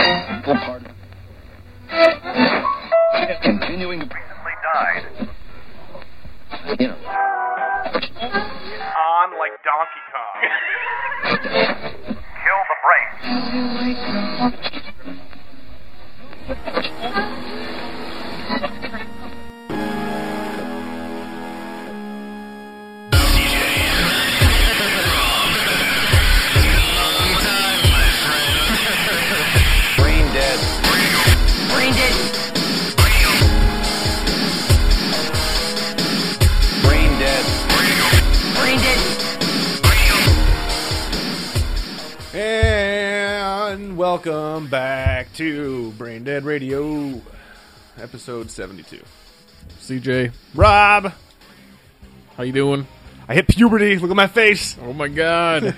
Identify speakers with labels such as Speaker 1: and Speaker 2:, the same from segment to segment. Speaker 1: Pardon. Continuing to
Speaker 2: died
Speaker 1: you know.
Speaker 2: on like Donkey Kong. Kill the brakes.
Speaker 3: Brain dead.
Speaker 4: Brain dead.
Speaker 3: Brain dead.
Speaker 4: Brain dead.
Speaker 5: And welcome back to Brain Dead Radio, episode 72.
Speaker 6: CJ,
Speaker 5: Rob,
Speaker 6: how you doing?
Speaker 5: I hit puberty. Look at my face.
Speaker 6: Oh my god.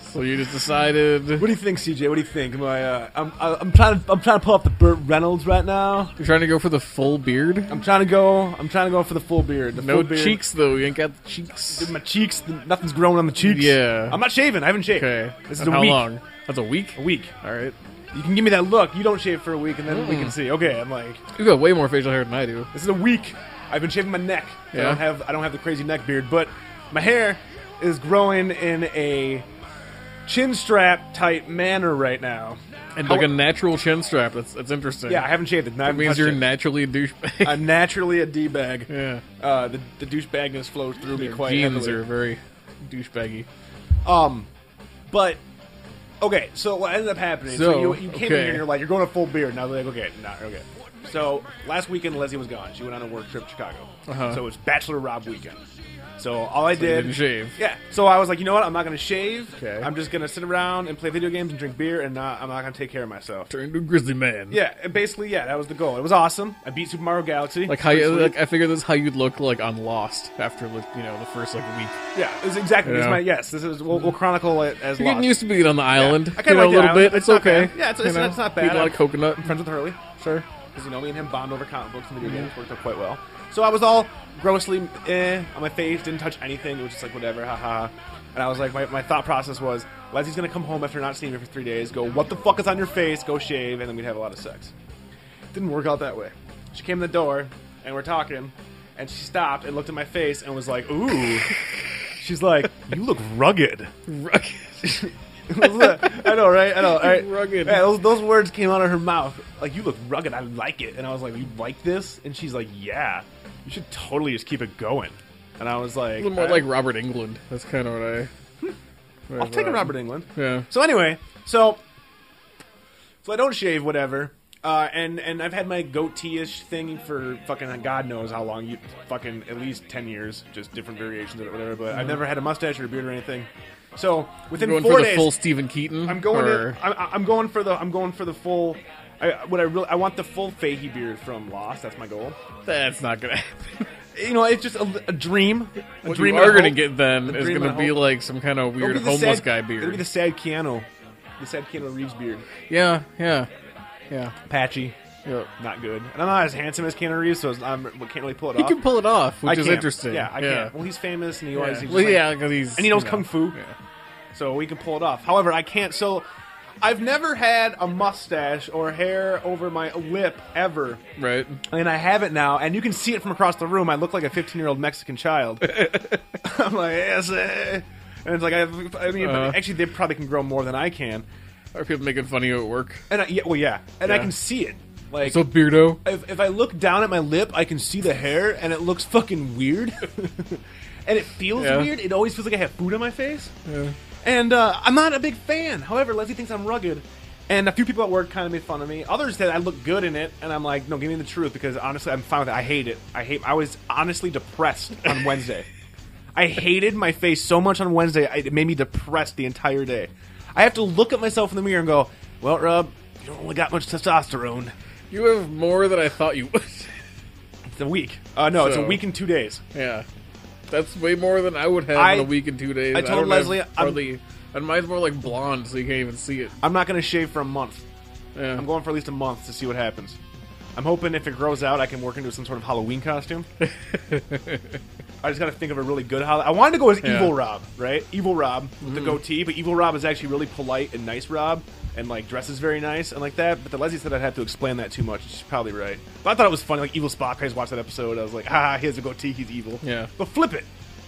Speaker 6: so you just decided
Speaker 5: What do you think, CJ? What do you think? Am I, uh, I'm, I- I'm trying to, I'm trying to pull off the Burt Reynolds right now.
Speaker 6: you're trying to go for the full beard?
Speaker 5: I'm trying to go. I'm trying to go for the full beard. The
Speaker 6: No
Speaker 5: full beard.
Speaker 6: cheeks though. You ain't got the cheeks.
Speaker 5: Dude, my cheeks. th- Nothing's growing on the cheeks.
Speaker 6: Yeah.
Speaker 5: I'm not shaving. I haven't shaved.
Speaker 6: Okay.
Speaker 5: This is
Speaker 6: And
Speaker 5: a
Speaker 6: how
Speaker 5: week.
Speaker 6: long? That's a week.
Speaker 5: A week.
Speaker 6: All right.
Speaker 5: You can give me that look. You don't shave for a week, and then we can see. Okay. I'm like,
Speaker 6: You got way more facial hair than I do.
Speaker 5: This is a week. I've been shaving my neck. So I
Speaker 6: Yeah.
Speaker 5: don't have I don't have the crazy neck beard, but my hair is growing in a chin strap type manner right now.
Speaker 6: And
Speaker 5: How-
Speaker 6: like a natural chin strap. That's that's interesting.
Speaker 5: Yeah, I haven't shaved it. I
Speaker 6: That
Speaker 5: haven't
Speaker 6: means
Speaker 5: touched
Speaker 6: you're
Speaker 5: it.
Speaker 6: naturally a douchebag.
Speaker 5: I'm naturally a d bag.
Speaker 6: yeah.
Speaker 5: Uh, the the douchebagness flows through me
Speaker 6: Your
Speaker 5: quite
Speaker 6: jeans
Speaker 5: heavily.
Speaker 6: are very douchebaggy.
Speaker 5: Um, but okay, so what ended up happening? So,
Speaker 6: So,
Speaker 5: you, you came in here
Speaker 6: okay.
Speaker 5: and you're like, you're going a full beard, and I was like, okay, not okay. So last weekend, Leslie was gone. She went on a work trip to Chicago,
Speaker 6: Uh-huh.
Speaker 5: so it was Bachelor Rob weekend. So all I
Speaker 6: you
Speaker 5: did
Speaker 6: didn't shave.
Speaker 5: Yeah, so I was like, you know what? I'm not gonna shave.
Speaker 6: Okay.
Speaker 5: I'm just gonna sit around and play video games and drink beer, and not, I'm not gonna take care of myself.
Speaker 6: Turn into a grizzly man.
Speaker 5: Yeah, and basically, yeah, that was the goal. It was awesome. I beat Super Mario Galaxy.
Speaker 6: Like how you
Speaker 5: Pretty sweet.
Speaker 6: like I figured this is how you'd look like on Lost after like you know the first like week.
Speaker 5: yeah, it was exactly. This is
Speaker 6: Yeah.
Speaker 5: my yes. This is we'll, we'll chronicle it as
Speaker 6: You're
Speaker 5: lost.
Speaker 6: getting used to being on the island.
Speaker 5: I kinda
Speaker 6: you know,
Speaker 5: like the
Speaker 6: a little
Speaker 5: island.
Speaker 6: bit.
Speaker 5: It's
Speaker 6: It's,
Speaker 5: not
Speaker 6: okay.
Speaker 5: bad. Yeah, it's-
Speaker 6: You
Speaker 5: it's-
Speaker 6: know,
Speaker 5: it's not
Speaker 6: eat
Speaker 5: bad.
Speaker 6: a lot of coconut.
Speaker 5: I'm friends with Hurley.
Speaker 6: Sure.
Speaker 5: because you know me and him bond over comic books and video games worked out quite well. So I was all grossly eh on my face, didn't touch anything. It was just like whatever, haha. And I was like, my, my thought process was, Leslie's gonna come home after not seeing me for three days. Go, what the fuck is on your face? Go shave, and then we'd have a lot of sex. Didn't work out that way. She came in the door, and we're talking, and she stopped and looked at my face and was like, ooh. She's like, you look rugged.
Speaker 6: Rugged.
Speaker 5: I know, right? I know. Right?
Speaker 6: Rugged.
Speaker 5: Yeah, those, those words came out of her mouth. Like, you look rugged. I like it. And I was like, you like this? And she's like, yeah. You should totally just keep it going. And I was like,
Speaker 6: A little more
Speaker 5: "Uh,
Speaker 6: like Robert England. That's kind of what I. what I
Speaker 5: I'll take a
Speaker 6: thought.
Speaker 5: Robert England.
Speaker 6: Yeah.
Speaker 5: So anyway, so so I don't shave, whatever. Uh, and and I've had my goatee-ish thing for fucking God knows how long. You fucking at least ten years, just different variations of it, whatever. But I've never had a mustache or a beard or anything. So within
Speaker 6: Mm-hmm. Going
Speaker 5: four
Speaker 6: for
Speaker 5: days,
Speaker 6: the full Stephen Keaton.
Speaker 5: I'm going.
Speaker 6: Or,
Speaker 5: In, I'm, I'm going for the. I'm going for the full. I, what I really I want the full Fahey beard from Lost. That's my goal.
Speaker 6: that's not gonna happen.
Speaker 5: You know, it's just a, a dream. A
Speaker 6: What
Speaker 5: dream
Speaker 6: you
Speaker 5: and a
Speaker 6: are gonna
Speaker 5: hope.
Speaker 6: get then
Speaker 5: A
Speaker 6: is
Speaker 5: dream
Speaker 6: gonna
Speaker 5: and a
Speaker 6: be
Speaker 5: hope.
Speaker 6: like some kind of
Speaker 5: It'll
Speaker 6: weird
Speaker 5: be the
Speaker 6: homeless
Speaker 5: sad-
Speaker 6: guy
Speaker 5: It'll be
Speaker 6: beard.
Speaker 5: the sad Keanu, the sad Keanu Reeves beard.
Speaker 6: yeah, yeah, yeah.
Speaker 5: Patchy,
Speaker 6: yeah.
Speaker 5: not good. And I'm not as handsome as Keanu Reeves, so I'm, I can't really pull it
Speaker 6: He
Speaker 5: off.
Speaker 6: can pull it off,
Speaker 5: I
Speaker 6: which is
Speaker 5: can't.
Speaker 6: interesting.
Speaker 5: Yeah, I can't. Well, he's famous, and he always.
Speaker 6: Yeah,
Speaker 5: he's
Speaker 6: well,
Speaker 5: just like-
Speaker 6: yeah, 'cause he's
Speaker 5: and he knows
Speaker 6: you know,
Speaker 5: kung fu.
Speaker 6: yeah.
Speaker 5: so we can pull it off. However, I can't. So I've never had a mustache or hair over my lip ever.
Speaker 6: Right.
Speaker 5: and I have it now, and you can see it from across the room. I look like a 15 year old Mexican child. I'm like, yes, eh." and it's like I, have, I mean,
Speaker 6: Uh-huh.
Speaker 5: actually, they probably can grow more than I can,
Speaker 6: Are people making fun of you at work?
Speaker 5: and I, yeah, well, yeah, and I
Speaker 6: Yeah.
Speaker 5: can see it. Like,
Speaker 6: So beardo.
Speaker 5: if, if I look down at my lip, I can see the hair, and it looks fucking weird, and it feels
Speaker 6: Yeah.
Speaker 5: weird. It always feels like I have food on my face, and uh, I'm not a big fan. However, Leslie thinks I'm rugged. And a few people at work kind of made fun of me. Others said I look good in it, and I'm like, no, give me the truth because honestly, I'm fine with it. I hate it. I hate. I was honestly depressed on Wednesday. I hated my face so much on Wednesday. I- It made me depressed the entire day. I have to look at myself in the mirror and go, "Well, Rob, you don't really got much testosterone."
Speaker 6: You have more than I thought you would.
Speaker 5: It's a week. Uh, no, it's a
Speaker 6: So-
Speaker 5: week and two days.
Speaker 6: yeah. That's way more than I would have
Speaker 5: I-
Speaker 6: in a week and two days.
Speaker 5: I told
Speaker 6: don't have
Speaker 5: Leslie, I'm-
Speaker 6: hardly. And mine's more like blonde, so you can't even see it.
Speaker 5: I'm not going to shave for a month.
Speaker 6: Yeah.
Speaker 5: I'm going for at least a month to see what happens. I'm hoping if it grows out, I can work into some sort of Halloween costume. I just got to think of a really good Halloween. I wanted to go as
Speaker 6: Yeah. Mm-hmm.
Speaker 5: Evil Rob, right? Evil Rob with the goatee, but Evil Rob is actually really polite and nice Rob, and like dresses very nice and like that. But the Leslie said I'd have to explain that too much. She's probably right. But I thought it was funny, like Evil Spock. I just watched that episode. I was like, ah, he has a goatee. He's evil.
Speaker 6: Yeah.
Speaker 5: But flip it.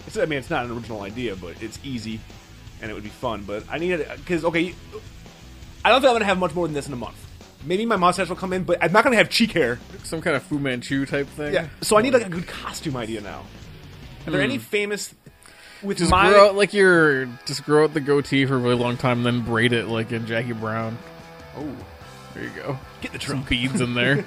Speaker 5: It's, I mean, it's not an original idea, but it's easy, and it would be fun. But I needed because okay, I don't think I'm gonna have much more than this in a month. Maybe my mustache will come in, but I'm not gonna have cheek hair.
Speaker 6: Some kind of Fu Manchu type thing.
Speaker 5: Yeah. So I need like a good costume idea now. Are there any famous with
Speaker 6: Hmm. Just
Speaker 5: my
Speaker 6: grow out like your just grow out the goatee for a really long time, and then braid it like in Jackie Brown.
Speaker 5: Oh,
Speaker 6: There you go.
Speaker 5: get the
Speaker 6: Some
Speaker 5: trunk.
Speaker 6: beads in there,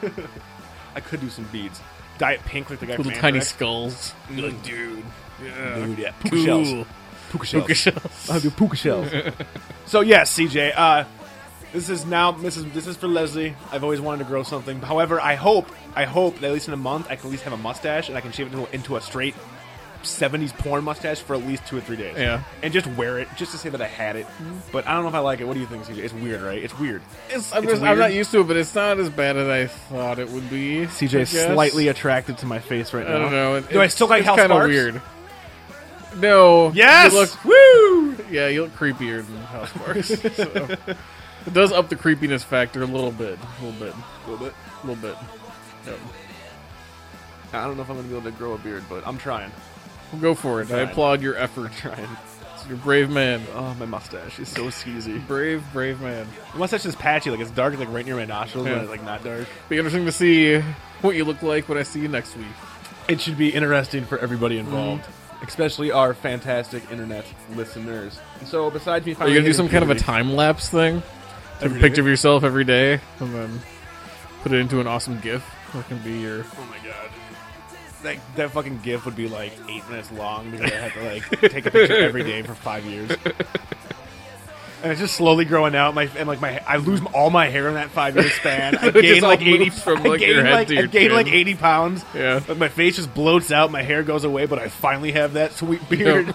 Speaker 5: I could do some beads. Diet pink like the guy
Speaker 6: little
Speaker 5: from
Speaker 6: tiny
Speaker 5: Anthrax.
Speaker 6: skulls. Be like, dude,
Speaker 5: Dude, yeah. Puka
Speaker 6: cool.
Speaker 5: shells. Puka shells.
Speaker 6: Puka shells.
Speaker 5: I'll do puka shells. so yes, CJ. Uh, this is now this is this is for Leslie. I've always wanted to grow something. However, I hope I hope that at least in a month I can at least have a mustache and I can shave it into, into a straight '70s porn mustache for at least two or three days.
Speaker 6: Yeah. Mm-hmm.
Speaker 5: and just wear it just to say that I had it. But I don't know if I like it. What do you think, CJ? It's weird, right? It's weird.
Speaker 6: It's- I'm,
Speaker 5: It's
Speaker 6: just- I'm
Speaker 5: weird.
Speaker 6: not used to it, but it's not as bad as I thought it would be.
Speaker 5: CJ
Speaker 6: I
Speaker 5: is
Speaker 6: guess.
Speaker 5: slightly attracted to my face right now.
Speaker 6: I don't know. It-
Speaker 5: do I
Speaker 6: it's-
Speaker 5: still like
Speaker 6: it's
Speaker 5: Hal
Speaker 6: kinda
Speaker 5: Sparks?
Speaker 6: weird. No.
Speaker 5: Yes!
Speaker 6: You look woo. Yeah, you look creepier than Hal Sparks. so. It does up the creepiness factor a little bit. A little bit.
Speaker 5: A little bit.
Speaker 6: A little bit. Yep.
Speaker 5: I don't know if I'm gonna be able to grow a beard, but I'm trying.
Speaker 6: Well, go for it. I
Speaker 5: Fine.
Speaker 6: applaud your effort.
Speaker 5: Trying.
Speaker 6: You're a brave man.
Speaker 5: Oh, my mustache is so skeezy.
Speaker 6: Brave, brave man.
Speaker 5: My mustache is patchy, like it's dark, like right near my nostrils, but
Speaker 6: Yeah.
Speaker 5: it's like not dark.
Speaker 6: Be interesting to see what you look like when I see you next week.
Speaker 5: It should be interesting for everybody involved, especially our fantastic internet listeners. So, besides me,
Speaker 6: Are you gonna do some kind of a time lapse thing? Take a
Speaker 5: Every
Speaker 6: picture
Speaker 5: day?
Speaker 6: of yourself every day and then put it into an awesome GIF. That can be your.
Speaker 5: Oh my god. Like, that fucking GIF would be like eight minutes long because I had to like take a picture every day for five years. And it's just slowly growing out. My and like my, I lose all my hair in that five year span. I
Speaker 6: It just
Speaker 5: gain like
Speaker 6: all
Speaker 5: eighty
Speaker 6: moves from,
Speaker 5: I
Speaker 6: like, your
Speaker 5: gain,
Speaker 6: head
Speaker 5: like-
Speaker 6: to
Speaker 5: I
Speaker 6: your
Speaker 5: gain like
Speaker 6: chin.
Speaker 5: eighty pounds.
Speaker 6: Yeah.
Speaker 5: Like my face just bloats out, my hair goes away, but I finally have that sweet beard.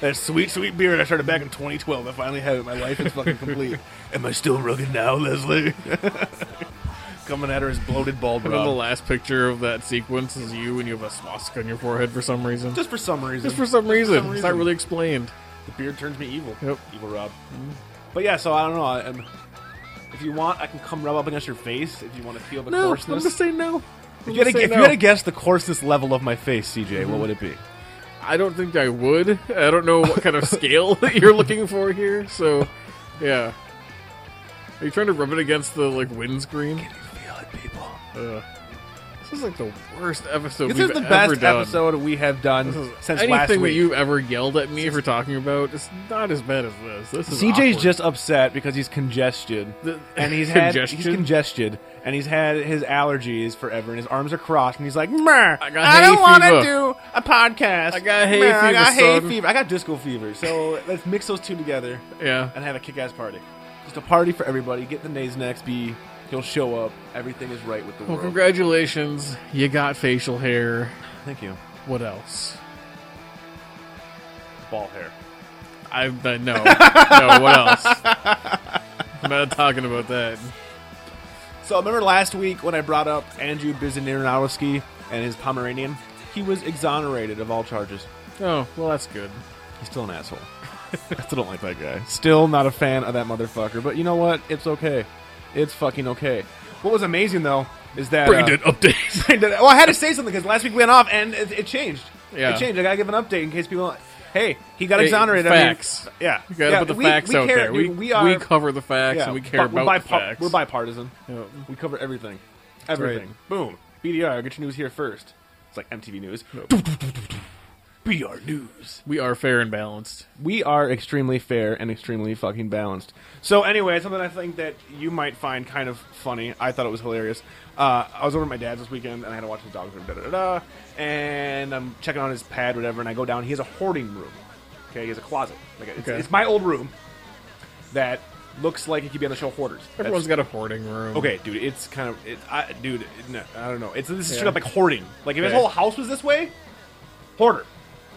Speaker 5: that sweet, sweet beard I started back in 2012. I finally have it. My life is fucking complete. Am I still rugged now, Leslie? Coming at her as bloated bald
Speaker 6: And then the
Speaker 5: Rob.
Speaker 6: last picture of that sequence is you and you have a swastika on your forehead for some reason. Just,
Speaker 5: Just for some reason.
Speaker 6: for some reason. It's not
Speaker 5: reason.
Speaker 6: really explained.
Speaker 5: the beard turns me evil.
Speaker 6: Yep.
Speaker 5: Evil Rob. But yeah, so I don't know. I, um, if you want, I can come rub up against your face if you want to feel the
Speaker 6: No, I'm
Speaker 5: coarseness.
Speaker 6: just saying no.
Speaker 5: if you, had to,
Speaker 6: say
Speaker 5: if
Speaker 6: no. Mm-hmm.
Speaker 5: you had to guess the coarseness level of my face, CJ, what would it be?
Speaker 6: I don't think I would. I don't know what kind of scale that you're looking for here. So, yeah. Are you trying to rub it against the like windscreen?
Speaker 5: Feel it, people.
Speaker 6: Ugh. This is like the worst episode
Speaker 5: This is
Speaker 6: we've
Speaker 5: the
Speaker 6: ever
Speaker 5: best
Speaker 6: done.
Speaker 5: episode we have done
Speaker 6: This is-
Speaker 5: since
Speaker 6: anything
Speaker 5: last
Speaker 6: that
Speaker 5: week.
Speaker 6: you've ever yelled at me for talking about is not as bad as this. This is
Speaker 5: CJ's
Speaker 6: awkward.
Speaker 5: just upset because he's congested,
Speaker 6: The-
Speaker 5: and he's had he's
Speaker 6: Congestion?
Speaker 5: congested, and he's had his allergies forever, and his arms are crossed, and he's like, "Meh, I,
Speaker 6: got hay
Speaker 5: don't want to
Speaker 6: fever."
Speaker 5: do a podcast.
Speaker 6: I got hay
Speaker 5: Meh, I
Speaker 6: fever,
Speaker 5: got hay
Speaker 6: son."
Speaker 5: fever. I got disco fever. So let's mix those two together
Speaker 6: yeah.
Speaker 5: and have a kick-ass party. Just a party for everybody. Get the nays next. Be he'll show up. Everything is right with the
Speaker 6: Well,
Speaker 5: world.
Speaker 6: congratulations, you got facial hair.
Speaker 5: Thank you.
Speaker 6: What else?
Speaker 5: Ball hair.
Speaker 6: I, I no, no. What else? I'm not talking about that.
Speaker 5: So remember last week when I brought up Andrew Bizaninowski and his Pomeranian? He was exonerated of all charges.
Speaker 6: Oh, well, that's good.
Speaker 5: He's still an asshole. I still don't like that guy. Still not a fan of that motherfucker. But you know what? It's okay. It's fucking okay. What was amazing though is that uh,
Speaker 6: Brain dead update.
Speaker 5: Brain dead. Well, I had to say something because last week went off and it, it changed.
Speaker 6: Yeah.
Speaker 5: It changed. I gotta give an update in case people. Hey, he got
Speaker 6: Hey,
Speaker 5: exonerated.
Speaker 6: facts.
Speaker 5: I mean, yeah.
Speaker 6: You gotta
Speaker 5: yeah,
Speaker 6: put the
Speaker 5: we-
Speaker 6: facts
Speaker 5: we
Speaker 6: out
Speaker 5: care,
Speaker 6: there.
Speaker 5: dude.
Speaker 6: We,
Speaker 5: we are.
Speaker 6: cover the facts
Speaker 5: yeah,
Speaker 6: and we care
Speaker 5: bu- we're
Speaker 6: about the
Speaker 5: bipo-
Speaker 6: facts.
Speaker 5: We're bipartisan.
Speaker 6: Yep.
Speaker 5: We cover everything. Everything. Boom. BDR. Get your news here first. It's like MTV News. BDR News.
Speaker 6: We are fair and balanced.
Speaker 5: We are extremely fair and extremely fucking balanced. So anyway, something I think that you might find kind of funny. I thought it was hilarious. Uh, I was over at my dad's this weekend and I had to watch his dogs. Da da da. And I'm checking on his pad, whatever. And I go down. He has a hoarding room. Okay, he has a closet. Like it's,
Speaker 6: Okay.
Speaker 5: it's my old room that looks like it could be on the show Hoarders. That's-
Speaker 6: Everyone's got a hoarding room.
Speaker 5: Okay, dude, it's kind of it. I, dude, it, no, I don't know. It's this is
Speaker 6: Yeah.
Speaker 5: straight up like hoarding. Like if his
Speaker 6: Okay.
Speaker 5: whole house was this way, hoarder.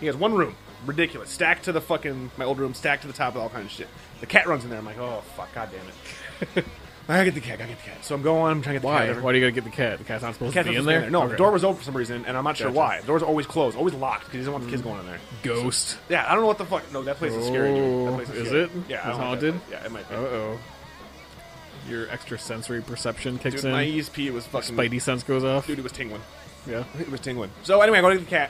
Speaker 5: He has one room, ridiculous, stacked to the fucking my old room, stacked to the top with all kinds of shit. The cat runs in there. I'm like, oh fuck, god damn it. I gotta get the cat. I gotta get the cat. So I'm going. I'm trying to get the
Speaker 6: Why?
Speaker 5: cat.
Speaker 6: Why do you gotta get the cat? The cat's not supposed
Speaker 5: Cat's
Speaker 6: to
Speaker 5: not
Speaker 6: be
Speaker 5: supposed to be
Speaker 6: in there.
Speaker 5: No,
Speaker 6: Okay.
Speaker 5: the door was open for some reason, and I'm not sure
Speaker 6: Gotcha. Mm.
Speaker 5: why. The door's always closed, always locked, because he doesn't want the kids going in there.
Speaker 6: ghost.
Speaker 5: Yeah, I don't know what the fuck. No, that place is scary. Dude. That
Speaker 6: Oh,
Speaker 5: place
Speaker 6: is
Speaker 5: scary.
Speaker 6: it?
Speaker 5: Yeah, I
Speaker 6: It's
Speaker 5: don't like that.
Speaker 6: haunted?
Speaker 5: Yeah, it might be.
Speaker 6: Uh oh. Your extra sensory perception kicks
Speaker 5: Dude, my
Speaker 6: in.
Speaker 5: ESP was fucking.
Speaker 6: Spidey sense goes off.
Speaker 5: Dude, it was tingling.
Speaker 6: Yeah.
Speaker 5: It was tingling. So anyway, I go to the cat,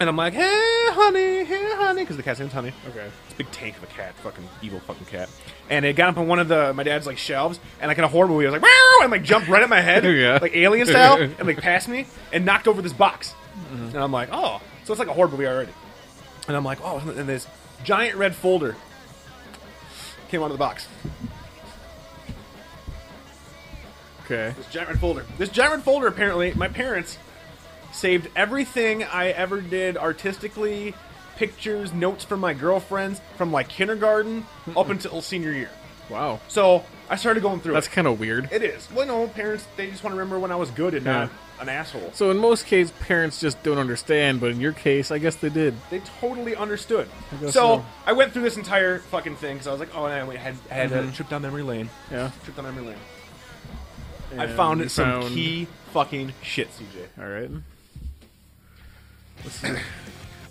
Speaker 5: and I'm like, "Hey, honey, hey, honey," because the cat's name's Honey.
Speaker 6: Okay.
Speaker 5: It's a big tank of a cat, fucking evil fucking cat. And it got up on one of the my dad's like shelves, and like in a horror movie, I was like, Meow! and like jumped right at my head,
Speaker 6: Yeah.
Speaker 5: like alien style, and like passed me and knocked over this box. And I'm like, oh, so it's like a horror movie already. And I'm like, oh, and this giant red folder came out of the box.
Speaker 6: Okay.
Speaker 5: This giant red folder. This giant red folder. Apparently, my parents saved everything I ever did artistically, pictures, notes from my girlfriends from like kindergarten up until senior year.
Speaker 6: Wow.
Speaker 5: So I started going through.
Speaker 6: That's
Speaker 5: it.
Speaker 6: kind of weird.
Speaker 5: it is. Well, no, parents they just want to remember when I was good and not an asshole.
Speaker 6: So in most cases, parents just don't understand, but in your case, I guess they did.
Speaker 5: They totally understood. So,
Speaker 6: guess so.
Speaker 5: I went through this entire fucking thing because I was like, oh, and I went- had had
Speaker 6: Mm-hmm.
Speaker 5: a trip down memory lane.
Speaker 6: Yeah.
Speaker 5: Trip down memory lane. I
Speaker 6: And
Speaker 5: found
Speaker 6: you
Speaker 5: some
Speaker 6: found-
Speaker 5: key fucking shit, CJ.
Speaker 6: All right. This is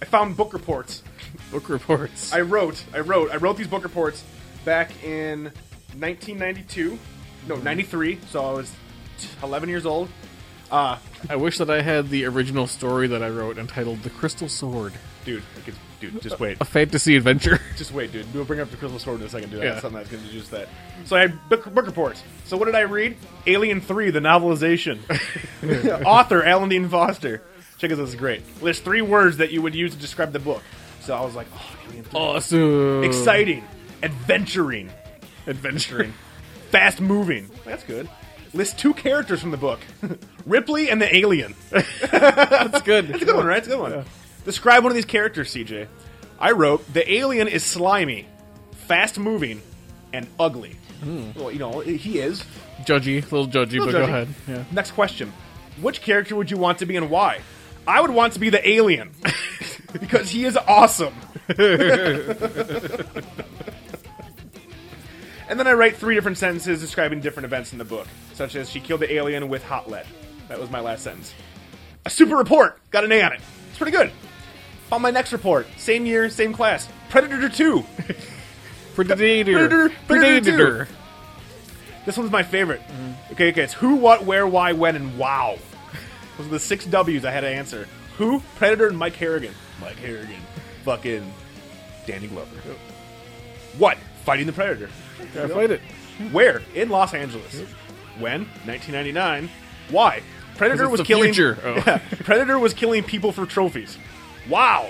Speaker 5: I found book reports
Speaker 6: book reports.
Speaker 5: I wrote, I wrote, I wrote these book reports back in 1992, no, 93. So I was 11 years old.
Speaker 6: I wish that I had the original story that I wrote entitled "The Crystal Sword:
Speaker 5: Dude, I could, dude, just wait,
Speaker 6: A Fantasy Adventure."
Speaker 5: just wait, dude. We'll bring up the crystal sword in a second, dude.
Speaker 6: Yeah.
Speaker 5: That's something that's going to do just that. So I had book, book reports. So what did I read? Alien 3, the novelization. Author Alan Dean Foster. Check this out, this is great. List three words that you would use to describe the book. So I was like, oh, Alien 3.
Speaker 6: awesome,
Speaker 5: Exciting, adventuring,
Speaker 6: adventuring.
Speaker 5: fast moving. That's good. List two characters from the book Ripley and the alien. That's
Speaker 6: That's good.
Speaker 5: a good one, right? It's a good one. Describe one of these characters, CJ. I wrote The alien is slimy, fast moving, and ugly.
Speaker 6: Hmm.
Speaker 5: Well, you know, he is.
Speaker 6: Judgy, a little judgy, but
Speaker 5: Judgy.
Speaker 6: go ahead. Yeah.
Speaker 5: Next question Which character would you want to be and why? I would want to be the alien because he is awesome. and then I write three different sentences describing different events in the book, such as she killed the alien with hot lead. That was my last sentence. A super report. Got an A on it. It's pretty good. On my next report, same year, same class, Predator 2.
Speaker 6: Predator,
Speaker 5: Predator, Predator
Speaker 6: predator.
Speaker 5: This one's my favorite. Okay, okay, it's who, what, where, why, when, and wow. Those are the six W's I had to answer. Who, Predator, and Mike Harrigan. Mike Harrigan. Fucking Danny Glover. What? Fighting the Predator.
Speaker 6: I played it.
Speaker 5: Where? In Los Angeles. When? 1999. Why? Predator
Speaker 6: it's
Speaker 5: was
Speaker 6: the
Speaker 5: killing.
Speaker 6: future. Oh.
Speaker 5: Yeah, Predator was killing people for trophies. Wow.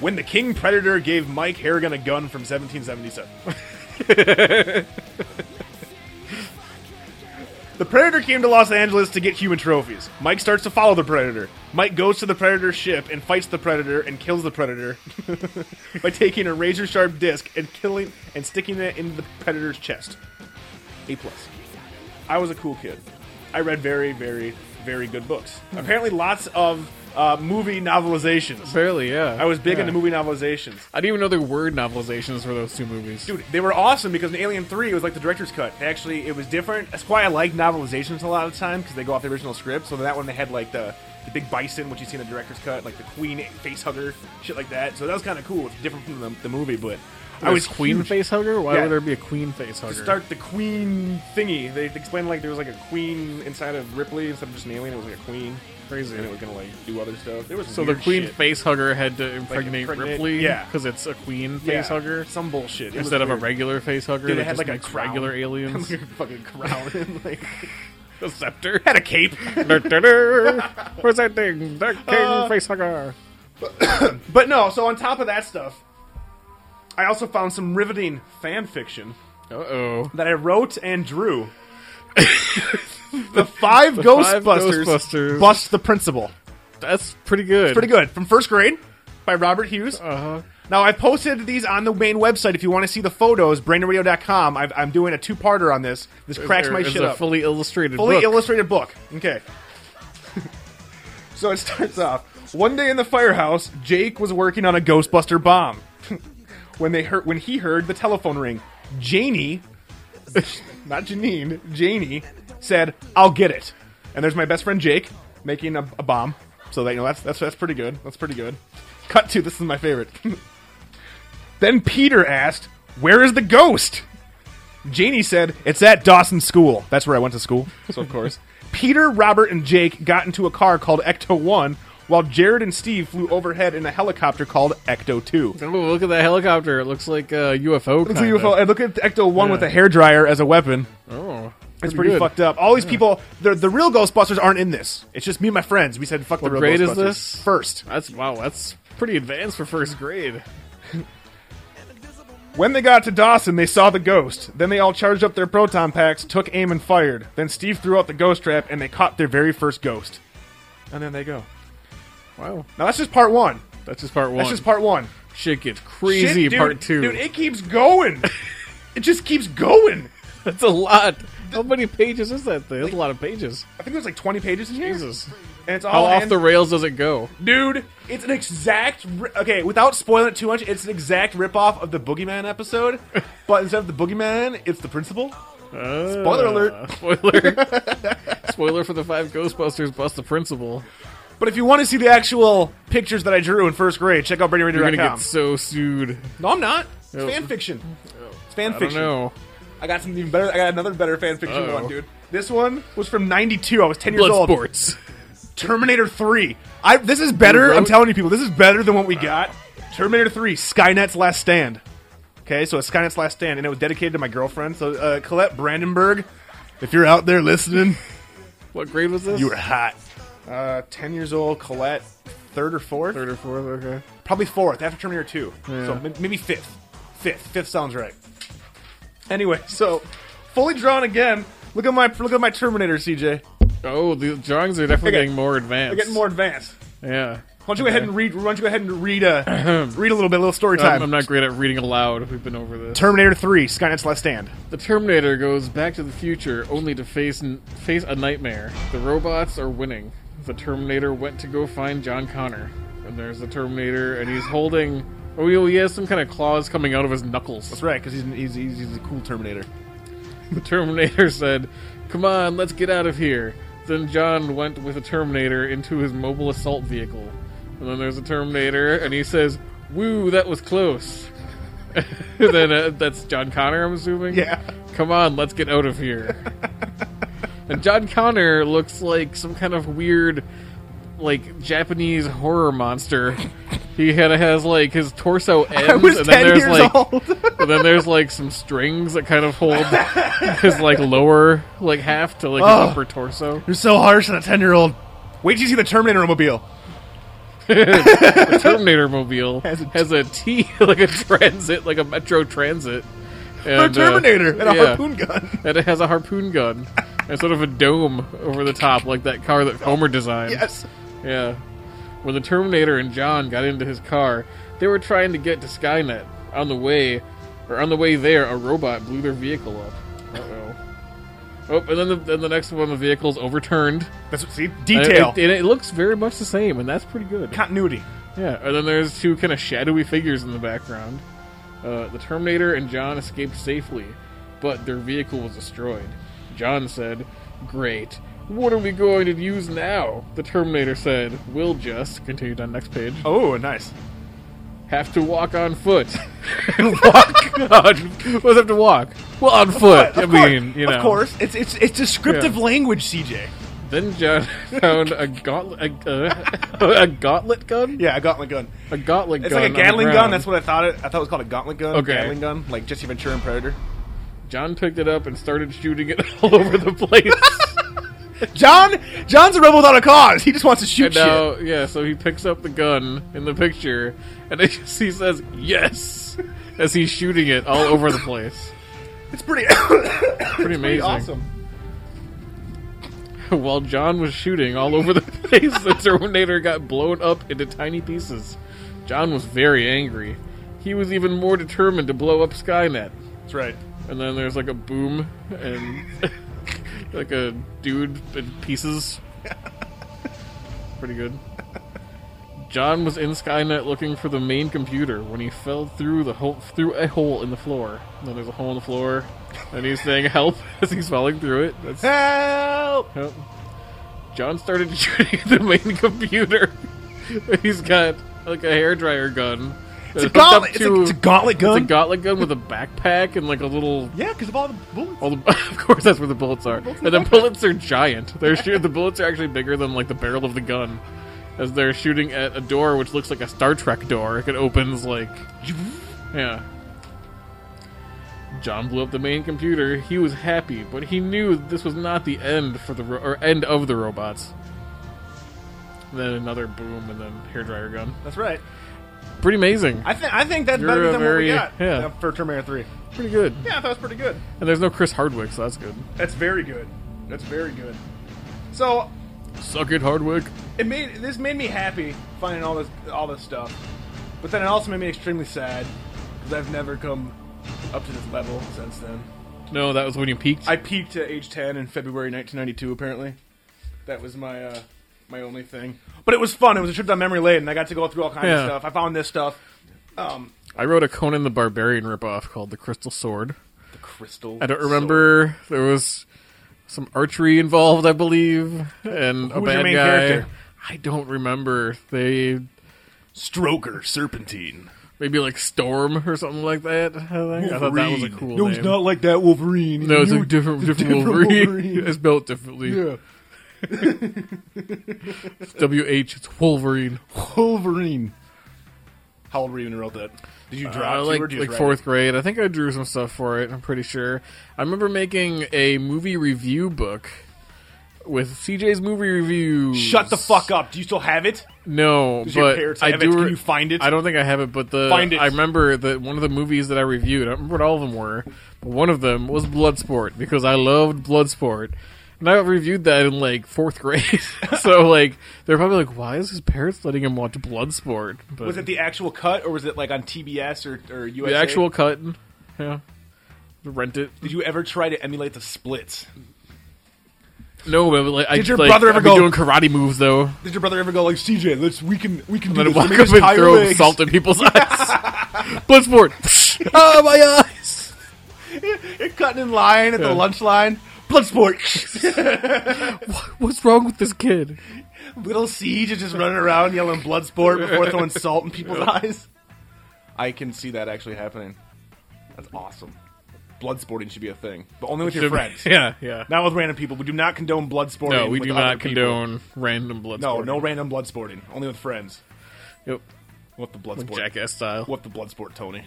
Speaker 5: When the King Predator gave Mike Harrigan a gun from 1777. the Predator came to Los Angeles to get human trophies. Mike starts to follow the Predator. Mike goes to the Predator's ship and fights the Predator and kills the Predator by taking a razor sharp disc and killing and sticking it in the Predator's chest. A plus. I was a cool kid. I read very, very, very good books. Apparently, lots of uh, movie novelizations.
Speaker 6: Barely, yeah.
Speaker 5: I was big
Speaker 6: yeah.
Speaker 5: into movie novelizations.
Speaker 6: I didn't even know there were novelizations for those two movies.
Speaker 5: Dude, they were awesome because in Alien 3, it was like the director's cut. Actually, it was different. That's why I like novelizations a lot of the time because they go off the original script. So that one, they had like the, the big bison, which you see in the director's cut, like the queen face hugger, shit like that. So that was kind of cool. It's different from the, the movie, but I was
Speaker 6: There's queen
Speaker 5: huge-
Speaker 6: face hugger. Why
Speaker 5: Yeah.
Speaker 6: would there be a queen face hugger?
Speaker 5: to start the queen thingy. They explained like there was like a queen inside of Ripley instead of just an alien. It was like a queen,
Speaker 6: Crazy.
Speaker 5: and it was gonna like do other stuff. There was
Speaker 6: so the
Speaker 5: weird
Speaker 6: queen
Speaker 5: shit.
Speaker 6: face hugger had to impregnate,
Speaker 5: impregnate-
Speaker 6: Ripley,
Speaker 5: yeah.
Speaker 6: because it's a queen
Speaker 5: Yeah,
Speaker 6: face hugger
Speaker 5: some bullshit It was
Speaker 6: instead of a
Speaker 5: weird.
Speaker 6: regular face hugger.
Speaker 5: Dude,
Speaker 6: that
Speaker 5: it had
Speaker 6: just
Speaker 5: like a
Speaker 6: makes
Speaker 5: crown.
Speaker 6: regular aliens.
Speaker 5: Like a fucking crown, and, like
Speaker 6: a scepter.
Speaker 5: had a Uh, cape.
Speaker 6: Where's that thing? That king face hugger.
Speaker 5: But no, so on top of that stuff, I also found some riveting fan fiction
Speaker 6: Uh oh.
Speaker 5: that I wrote and drew. the five Ghostbusters,
Speaker 6: Ghostbusters.
Speaker 5: bust the principal.
Speaker 6: That's pretty good.
Speaker 5: Pretty good from first grade by Robert Hughes.
Speaker 6: Uh huh.
Speaker 5: Now I posted these on the main website. If you want to see the photos, brainradio.com. I've, I'm doing a two-parter on this. This cracks my shit
Speaker 6: a
Speaker 5: up.
Speaker 6: fully illustrated
Speaker 5: Fully
Speaker 6: book.
Speaker 5: illustrated book. Okay. so it starts off. One day in the firehouse, Jake was working on a Ghostbuster bomb. when they heard, when he heard the telephone ring, Janie not Janine, Janie, said, "I'll get it." And there's my best friend Jake making a, a bomb. So that you know that's that's that's pretty good. That's pretty good. Cut to this is my favorite. then Peter asked, "Where is the ghost?" Janie said, "It's at Dawson School. That's where I went to school." So of course, Peter, Robert, and Jake got into a car called Ecto One, while Jared and Steve flew overhead in a helicopter called Ecto Two.
Speaker 6: Oh, look at that helicopter. It looks like uh, a UFO.
Speaker 5: It's a
Speaker 6: kinda.
Speaker 5: UFO. And look at Ecto One
Speaker 6: Yeah.
Speaker 5: with a hairdryer as a weapon.
Speaker 6: Oh,
Speaker 5: It's pretty
Speaker 6: good.
Speaker 5: fucked up. All these people, the the real Ghostbusters aren't in this. It's just me and my friends. We said, "Fuck
Speaker 6: What
Speaker 5: the real
Speaker 6: grade is
Speaker 5: Ghostbusters."
Speaker 6: this?
Speaker 5: First,
Speaker 6: That's wow. That's pretty advanced for first grade.
Speaker 5: when they got to Dawson, they saw the ghost. Then they all charged up their proton packs, took aim, and fired. Then Steve threw out the ghost trap, and they caught their very first ghost. And then they go.
Speaker 6: Wow.
Speaker 5: Now that's just part one.
Speaker 6: That's just part one.
Speaker 5: That's just part one.
Speaker 6: Shit gets
Speaker 5: Shit,
Speaker 6: crazy.
Speaker 5: dude,
Speaker 6: part two.
Speaker 5: dude. It keeps going. it just keeps going.
Speaker 6: That's a lot. How many pages is that thing? That's a lot of pages.
Speaker 5: I think there's like 20 pages in here.
Speaker 6: Jesus. Oh,
Speaker 5: And it's all
Speaker 6: How off
Speaker 5: hand-
Speaker 6: the rails does it go?
Speaker 5: Dude, it's an exact. Ri- okay, without spoiling it too much, it's an exact ripoff of the Boogeyman episode, but instead of the Boogeyman, it's the Principal. Spoiler alert.
Speaker 6: Spoiler. Spoiler for the five Ghostbusters bust the principal.
Speaker 5: But if you want to see the actual pictures that I drew in first grade, check out
Speaker 6: You're gonna
Speaker 5: BradyRadio.com.
Speaker 6: get so sued.
Speaker 5: No, I'm not. It's
Speaker 6: Oh.
Speaker 5: fan fiction. It's fan
Speaker 6: I don't
Speaker 5: fiction.
Speaker 6: know.
Speaker 5: I got something even better. I got another better fan fiction
Speaker 6: Uh-oh.
Speaker 5: one, dude. This one was from '92. I was 10 years
Speaker 6: Blood
Speaker 5: old.
Speaker 6: sports.
Speaker 5: Terminator 3. I this is better.
Speaker 6: You
Speaker 5: I'm
Speaker 6: wrote-
Speaker 5: telling you people, this is better than what we got. Terminator 3, Skynet's Last Stand. Okay, so it's Skynet's Last Stand, and it was dedicated to my girlfriend. So uh, Colette Brandenburg, if you're out there listening,
Speaker 6: What grade was this?
Speaker 5: you were hot. Uh, Ten years old, Colette, third or fourth,
Speaker 6: third or fourth. Okay.
Speaker 5: probably fourth after Terminator 2. So m- maybe fifth, fifth, fifth sounds right. Anyway, so fully drawn again. Look at my look at my Terminator, CJ.
Speaker 6: Oh, the drawings are definitely
Speaker 5: Okay.
Speaker 6: getting more advanced.
Speaker 5: They're getting more advanced.
Speaker 6: Yeah.
Speaker 5: Why don't you go ahead and read? Why don't you go ahead and read a read a little bit, a little story time.
Speaker 6: I'm, I'm not great at reading aloud. We've been over this.
Speaker 5: Terminator Three, Skynet's Last Stand.
Speaker 6: The Terminator goes back to the future only to face n- face a nightmare. The robots are winning. The Terminator went to go find John Connor, and there's the Terminator, and he's holding. Oh, he- he has some kind of claws coming out of his knuckles.
Speaker 5: That's right, because he's, he's he's he's a cool Terminator.
Speaker 6: The Terminator said, "Come on, let's get out of here." Then John went with the Terminator into his mobile assault vehicle, and then there's a Terminator, and he says, "Woo, that was close." then uh, that's John Connor, I'm assuming.
Speaker 5: Yeah.
Speaker 6: Come on, let's get out of here. and John Connor looks like some kind of weird, like Japanese horror monster. He had, has like his torso ends,
Speaker 5: I was
Speaker 6: and then
Speaker 5: ten
Speaker 6: there's
Speaker 5: years
Speaker 6: like
Speaker 5: old.
Speaker 6: but then there's like some strings that kind of hold his like lower like half to like
Speaker 5: Oh.
Speaker 6: his upper torso.
Speaker 5: You're so harsh on a ten year old. Wait till you see the Terminator mobile.
Speaker 6: The Terminator mobile
Speaker 5: Has
Speaker 6: has
Speaker 5: a
Speaker 6: a T like a transit, like a metro transit.
Speaker 5: The
Speaker 6: And, uh,
Speaker 5: Terminator and a
Speaker 6: yeah.
Speaker 5: harpoon gun.
Speaker 6: And it has a harpoon gun and sort of a dome over the top, like that car that Homer designed.
Speaker 5: Yes.
Speaker 6: Yeah. When the Terminator and John got into his car, they were trying to get to Skynet. On the way, or on the way there, a robot blew their vehicle up. Uh oh. Oh, and then the, then the next one, the vehicle's overturned.
Speaker 5: That's see
Speaker 6: And
Speaker 5: detail
Speaker 6: It, it, it looks very much the same, and that's pretty good.
Speaker 5: continuity.
Speaker 6: Yeah, and then there's two kind of shadowy figures in the background. Uh, the Terminator and John escaped safely, but their vehicle was destroyed. John said, Great. What are we going to use now? The Terminator said, We'll just, continued on next page,
Speaker 5: Oh, nice.
Speaker 6: have to walk on foot. walk on. What does have to walk? Well, on foot. I
Speaker 5: Of
Speaker 6: mean,
Speaker 5: course,
Speaker 6: you know.
Speaker 5: of course, it's it's it's descriptive
Speaker 6: Yeah.
Speaker 5: language, CJ.
Speaker 6: Then John found a gauntlet, a, uh, a gauntlet gun?
Speaker 5: Yeah, a gauntlet gun.
Speaker 6: A gauntlet
Speaker 5: It's
Speaker 6: gun.
Speaker 5: like a
Speaker 6: on the
Speaker 5: Gatling gun.
Speaker 6: ground.
Speaker 5: That's what I thought. It, I thought it was called a gauntlet gun.
Speaker 6: Okay.
Speaker 5: Gatling gun, like Jesse Ventura and Predator.
Speaker 6: John picked it up and started shooting it all over the place.
Speaker 5: John, John's a rebel without a cause. He just wants to shoot
Speaker 6: and
Speaker 5: shit.
Speaker 6: now, yeah, so he picks up the gun in the picture and it just, he says, yes, as he's shooting it all over the place.
Speaker 5: It's pretty,
Speaker 6: Pretty amazing.
Speaker 5: awesome.
Speaker 6: While John was shooting all over the place, the Terminator got blown up into tiny pieces. John was very angry. He was even more determined to blow up Skynet.
Speaker 5: That's right.
Speaker 6: And then there's like a boom and like a dude in pieces. Pretty good. John was in Skynet looking for the main computer when he fell through the hole through a hole in the floor. And then there's a hole in the floor, and he's saying "help" as he's falling through it. That's
Speaker 5: Help!
Speaker 6: Yep. John started shooting at the main computer. He's got like a hairdryer gun.
Speaker 5: It's a
Speaker 6: hooked up
Speaker 5: gauntlet. It's a,
Speaker 6: to-
Speaker 5: it's a gauntlet
Speaker 6: it's a
Speaker 5: gun.
Speaker 6: gauntlet gun with a backpack and like a little.
Speaker 5: yeah, because of all the bullets.
Speaker 6: All the, of course, that's where the bullets are.
Speaker 5: bullets in
Speaker 6: and
Speaker 5: the
Speaker 6: the
Speaker 5: backpack.
Speaker 6: bullets are giant. They're shoot, the bullets are actually bigger than like the barrel of the gun. As they're shooting at a door which looks like a Star Trek door. Like, It opens like. Yeah. John blew up the main computer. He was happy, but he knew this was not the end for the ro- or end of the robots. Then another boom, and then hairdryer gun.
Speaker 5: That's right.
Speaker 6: Pretty amazing.
Speaker 5: I think I think that's
Speaker 6: You're
Speaker 5: better
Speaker 6: a
Speaker 5: than
Speaker 6: very-
Speaker 5: what we got
Speaker 6: yeah.
Speaker 5: uh, for Terminator Three.
Speaker 6: Pretty good.
Speaker 5: Yeah, I thought it was pretty good.
Speaker 6: And there's no Chris Hardwick, so that's good.
Speaker 5: That's very good. That's very good. So
Speaker 6: Suck it, Hardwick.
Speaker 5: it made this made me happy finding all this all this stuff, but then it also made me extremely sad because I've never come up to this level since then.
Speaker 6: No, that was when you peaked.
Speaker 5: I peaked at age ten in February 1992. Apparently, that was my uh, my only thing. But it was fun. It was a trip down memory lane, and I got to go through all kinds
Speaker 6: Yeah.
Speaker 5: of stuff. I found this stuff. Um,
Speaker 6: I wrote a Conan the Barbarian ripoff called The Crystal Sword.
Speaker 5: the crystal.
Speaker 6: I don't remember. There was some archery involved, I believe, and a
Speaker 5: was
Speaker 6: bad
Speaker 5: your main
Speaker 6: guy.
Speaker 5: character?
Speaker 6: I don't remember. They
Speaker 5: Stroker Serpentine.
Speaker 6: maybe like Storm or something like that. I, think. I thought that was a cool
Speaker 5: No,
Speaker 6: name.
Speaker 5: it's not like that Wolverine.
Speaker 6: no, it's
Speaker 5: You-
Speaker 6: a different, different,
Speaker 5: different
Speaker 6: Wolverine.
Speaker 5: Wolverine.
Speaker 6: it's built differently.
Speaker 5: Yeah.
Speaker 6: It's WH. It's Wolverine.
Speaker 5: Wolverine. How old were you when you wrote that? Did you draw
Speaker 6: Uh,
Speaker 5: it too,
Speaker 6: like
Speaker 5: or did you
Speaker 6: like
Speaker 5: just write
Speaker 6: fourth grade. I think I drew some stuff for it. I'm pretty sure. I remember making a movie review book with CJ's movie reviews.
Speaker 5: it? Shut the fuck up. Do you still have it?
Speaker 6: No,
Speaker 5: Does your
Speaker 6: but
Speaker 5: parents
Speaker 6: I
Speaker 5: have
Speaker 6: do.
Speaker 5: it? Can
Speaker 6: re-
Speaker 5: you find it?
Speaker 6: I don't think I have it, but the
Speaker 5: Find it.
Speaker 6: I remember that one of the movies that I reviewed. I don't remember what all of them were, but one of them was Bloodsport because I loved Bloodsport, and I reviewed that in like fourth grade. so like they're probably like, why is his parents letting him watch Bloodsport? But
Speaker 5: Was it the actual cut or was it like on TBS or, or USA?
Speaker 6: the actual cut? Yeah, rent it.
Speaker 5: Did you ever try to emulate the splits?
Speaker 6: No, but like I
Speaker 5: Did your
Speaker 6: like,
Speaker 5: brother ever
Speaker 6: I'd be
Speaker 5: go-
Speaker 6: doing karate moves though?
Speaker 5: Did your brother ever go like CJ? Let's we can we can do this.
Speaker 6: And then
Speaker 5: Let
Speaker 6: walk
Speaker 5: me
Speaker 6: up
Speaker 5: just tie
Speaker 6: and
Speaker 5: your
Speaker 6: throw
Speaker 5: legs.
Speaker 6: salt in people's eyes. Bloodsport. oh my eyes.
Speaker 5: You're cutting in line at
Speaker 6: Yeah.
Speaker 5: the lunch line. Bloodsport.
Speaker 6: What's wrong with this kid?
Speaker 5: Little Siege is just running around yelling Bloodsport before throwing salt in people's eyes. I can see that actually happening. That's awesome. Bloodsporting should be a thing, but only with your friends.
Speaker 6: Yeah, yeah.
Speaker 5: Not with random people. We do not condone blood sporting.
Speaker 6: no, we
Speaker 5: with
Speaker 6: do
Speaker 5: other
Speaker 6: not
Speaker 5: people.
Speaker 6: condone random blood.
Speaker 5: No,
Speaker 6: sport.
Speaker 5: no random blood sporting. Only with friends.
Speaker 6: Yep.
Speaker 5: What the blood sport?
Speaker 6: Jackass style.
Speaker 5: What the blood sport, Tony?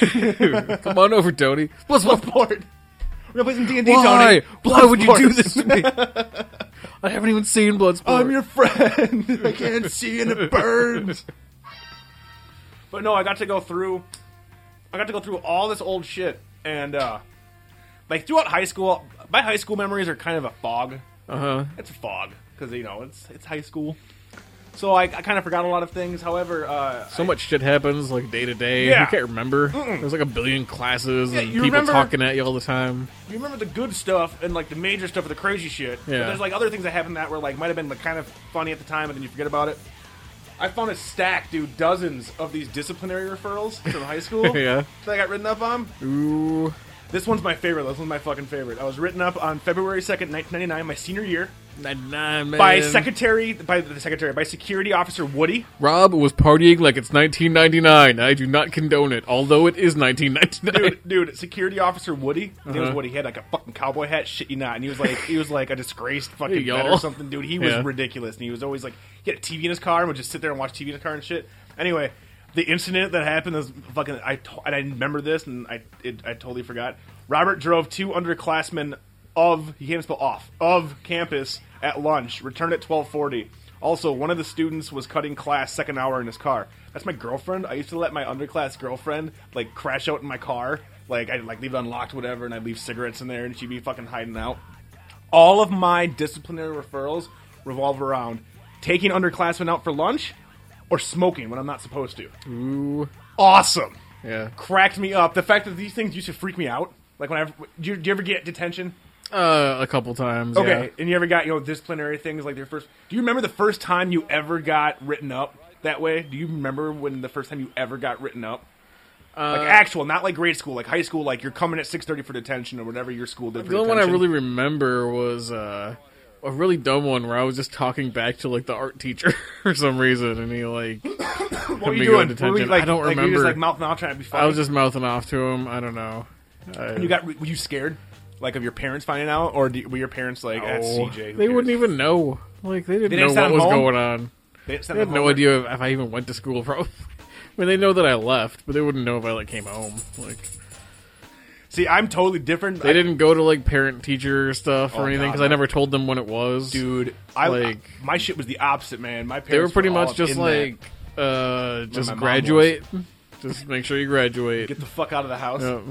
Speaker 6: Come on over, Tony. Blood
Speaker 5: blood
Speaker 6: sport.
Speaker 5: sport. We're gonna play some D and D, Tony.
Speaker 6: Why? Why would you do
Speaker 5: Bloodsport.
Speaker 6: this to me? I haven't even seen blood sport.
Speaker 5: I'm your friend. I can't see and it burns. But no, I got to go through. I got to go through all this old shit, and uh, like throughout high school, my high school memories are kind of a fog.
Speaker 6: Uh huh.
Speaker 5: it's fog because you know it's it's high school. So I, I kind of forgot a lot of things. However, uh,
Speaker 6: So much shit happens, like day to day.
Speaker 5: Yeah.
Speaker 6: You can't remember. There's like a billion classes
Speaker 5: Yeah,
Speaker 6: and
Speaker 5: you
Speaker 6: people
Speaker 5: remember-
Speaker 6: talking at you all the time.
Speaker 5: you remember the good stuff and like the major stuff of the crazy shit. But
Speaker 6: Yeah.
Speaker 5: there's like other things that happened that were like might have been like kind of funny at the time, and then you forget about it. I found a stack, dude, dozens of these disciplinary referrals from high school.
Speaker 6: Yeah.
Speaker 5: That I got written up on.
Speaker 6: Ooh.
Speaker 5: This one's my favorite. This one's my fucking favorite. I was written up on February 2nd, 1999, my senior year, by secretary, by the secretary, by security officer Woody.
Speaker 6: Rob was partying like it's 1999. I do not condone it, although it is 1999.
Speaker 5: dude, dude, security officer Woody. His name was
Speaker 6: Uh-huh.
Speaker 5: Woody. He had like a fucking cowboy hat. Shit, you not. And he was like, he was like a disgraced fucking
Speaker 6: Hey,
Speaker 5: vet
Speaker 6: y'all.
Speaker 5: or something, dude. He was
Speaker 6: Yeah.
Speaker 5: ridiculous, and he was always like, he had a TV in his car and would just sit there and watch TV in his car and shit. Anyway, the incident that happened is fucking. I to- and I remember this, and I it, I totally forgot. Robert drove two underclassmen of he can't spell off of campus at lunch. Returned at twelve forty. Also, one of the students was cutting class second hour in his car. That's my girlfriend. I used to let my underclass girlfriend like crash out in my car. Like I'd like leave it unlocked, whatever, and I'd leave cigarettes in there, and she'd be fucking hiding out. All of my disciplinary referrals revolve around taking underclassmen out for lunch or smoking when I'm not supposed to.
Speaker 6: Ooh.
Speaker 5: Awesome.
Speaker 6: Yeah.
Speaker 5: Cracked me up. The fact that these things used to freak me out. Like when I, do you, do you ever get detention?
Speaker 6: Uh, a couple times.
Speaker 5: Okay, and you ever got you know disciplinary things like their first? Do you remember the first time you ever got written up? that way? Do you remember when the first time you ever got written up?
Speaker 6: Uh,
Speaker 5: Like actual, not like grade school, like high school. Like you're coming at six thirty for detention or whatever your school did. For
Speaker 6: The only one I
Speaker 5: detention.
Speaker 6: really remember was uh, a really dumb one where I was just talking back to like the art teacher for some reason, and he like
Speaker 5: what were
Speaker 6: me
Speaker 5: you
Speaker 6: go
Speaker 5: doing?
Speaker 6: to
Speaker 5: Were we,
Speaker 6: detention.
Speaker 5: like,
Speaker 6: I don't
Speaker 5: like, you were just,
Speaker 6: remember.
Speaker 5: like mouth mouth trying to be funny.
Speaker 6: I was just mouthing off to him. I don't know. I-
Speaker 5: You got? Were you scared? Like of your parents finding out, or do, were your parents like, "That's
Speaker 6: Oh,
Speaker 5: CJ"? who
Speaker 6: They
Speaker 5: cares?"
Speaker 6: wouldn't even know. Like they didn't,
Speaker 5: They didn't
Speaker 6: know
Speaker 5: send
Speaker 6: what
Speaker 5: him
Speaker 6: was
Speaker 5: home?
Speaker 6: going on.
Speaker 5: They, didn't send
Speaker 6: They had
Speaker 5: them
Speaker 6: no
Speaker 5: homework.
Speaker 6: idea if, if I even went to school. Probably. I mean, they know that I left, but they wouldn't know if I like came home. Like
Speaker 5: See, I'm totally different.
Speaker 6: they didn't go to like parent teacher stuff
Speaker 5: Oh,
Speaker 6: or anything because
Speaker 5: God.
Speaker 6: I never told them when it was.
Speaker 5: dude. I
Speaker 6: Like-
Speaker 5: my shit was the opposite, man. My parents
Speaker 6: they were pretty
Speaker 5: all
Speaker 6: much just
Speaker 5: in
Speaker 6: like,
Speaker 5: that. my
Speaker 6: uh, just
Speaker 5: mom
Speaker 6: graduate. Just make sure you graduate.
Speaker 5: get the fuck out of the house.
Speaker 6: Yep.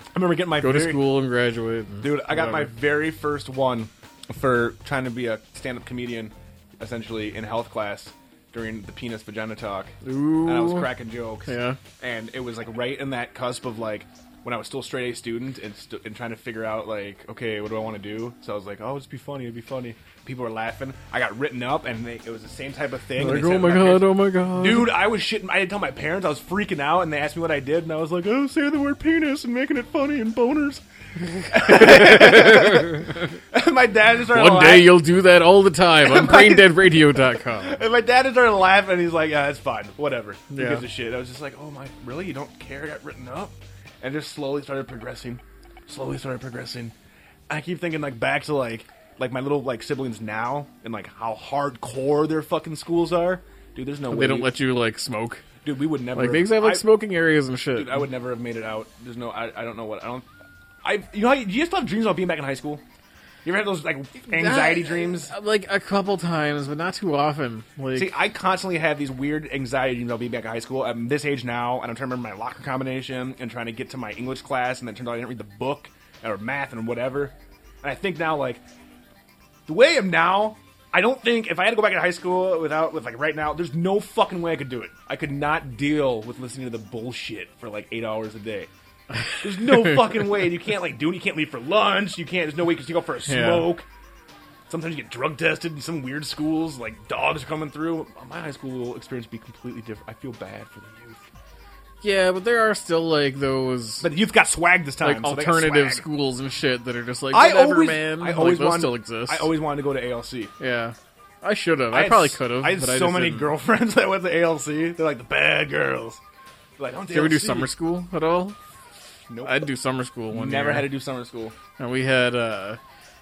Speaker 5: I remember getting my
Speaker 6: Go to
Speaker 5: very-
Speaker 6: school and graduate. and
Speaker 5: dude. I got my
Speaker 6: Mm-hmm. whatever.
Speaker 5: very first one for trying to be a stand-up comedian, essentially in health class during the penis vagina talk, and I was
Speaker 6: Ooh.
Speaker 5: cracking jokes.
Speaker 6: Yeah.
Speaker 5: and it was like right in that cusp of like when I was still a straight A student and, st- and trying to figure out like, okay, what do I want to do? So I was like, oh, just be funny, it'd be funny. People were laughing. I got written up, and they, it was the same type of thing. and
Speaker 6: Like,
Speaker 5: they said
Speaker 6: oh my
Speaker 5: parents-
Speaker 6: god! Oh my god!
Speaker 5: Dude, I was shitting. I didn't tell my parents. I was freaking out, and they asked me what I did, and I was like, "Oh, say the word penis and making it funny and boners." and my dad just started
Speaker 6: One
Speaker 5: laughing.
Speaker 6: day you'll do that all the time on braindeadradio.com.
Speaker 5: and my dad just started laughing, and he's like, "Yeah, it's fine, whatever." Who
Speaker 6: Yeah.
Speaker 5: gives a shit? I was just like, "Oh my, really? You don't care?" I got written up, and just slowly started progressing. Slowly started progressing. I keep thinking like back to like like my little like siblings now, and like how hardcore their fucking schools are. Dude, there's no way
Speaker 6: They don't let you like smoke.
Speaker 5: Dude, we would never.
Speaker 6: Like they have like
Speaker 5: I-
Speaker 6: smoking areas and shit.
Speaker 5: Dude, I would never have made it out. There's no, I, I don't know what I don't. I you know how you, do you still have dreams about being back in high school? You ever had those like anxiety dreams?
Speaker 6: uh, like a couple times, but not too often. Like
Speaker 5: See, I constantly have these weird anxiety dreams about being back in high school. I'm this age now, and I'm trying to remember my locker combination and trying to get to my English class, and then it turns out I didn't read the book or math and whatever. And I think now, like the way I'm now, I don't think if I had to go back to high school without with like right now, there's no fucking way I could do it. I could not deal with listening to the bullshit for like eight hours a day. There's no fucking way. You can't like do it. You can't leave for lunch. You can't. There's no way you can go for a smoke. Sometimes you get drug tested in some weird schools. Like dogs are coming through. My high school experience would be completely different. I feel bad for the youth.
Speaker 6: yeah, but there are still like those
Speaker 5: But the youth got swag this time.
Speaker 6: like
Speaker 5: so they got
Speaker 6: alternative
Speaker 5: swag.
Speaker 6: schools and shit that are just like
Speaker 5: I
Speaker 6: whatever,
Speaker 5: always,
Speaker 6: man.
Speaker 5: I always
Speaker 6: like, those
Speaker 5: wanted,
Speaker 6: still exist.
Speaker 5: I always wanted to go to ALC.
Speaker 6: yeah. I should have. I,
Speaker 5: had
Speaker 6: probably
Speaker 5: s-
Speaker 6: could have.
Speaker 5: I had
Speaker 6: but
Speaker 5: so
Speaker 6: I just
Speaker 5: many
Speaker 6: didn't.
Speaker 5: girlfriends that went to ALC. They're like the bad girls. Like, don't
Speaker 6: Did you ever do
Speaker 5: ALC.
Speaker 6: summer school at all?
Speaker 5: Nope.
Speaker 6: I'd do summer school one
Speaker 5: Never
Speaker 6: year.
Speaker 5: had to do summer school.
Speaker 6: and we had uh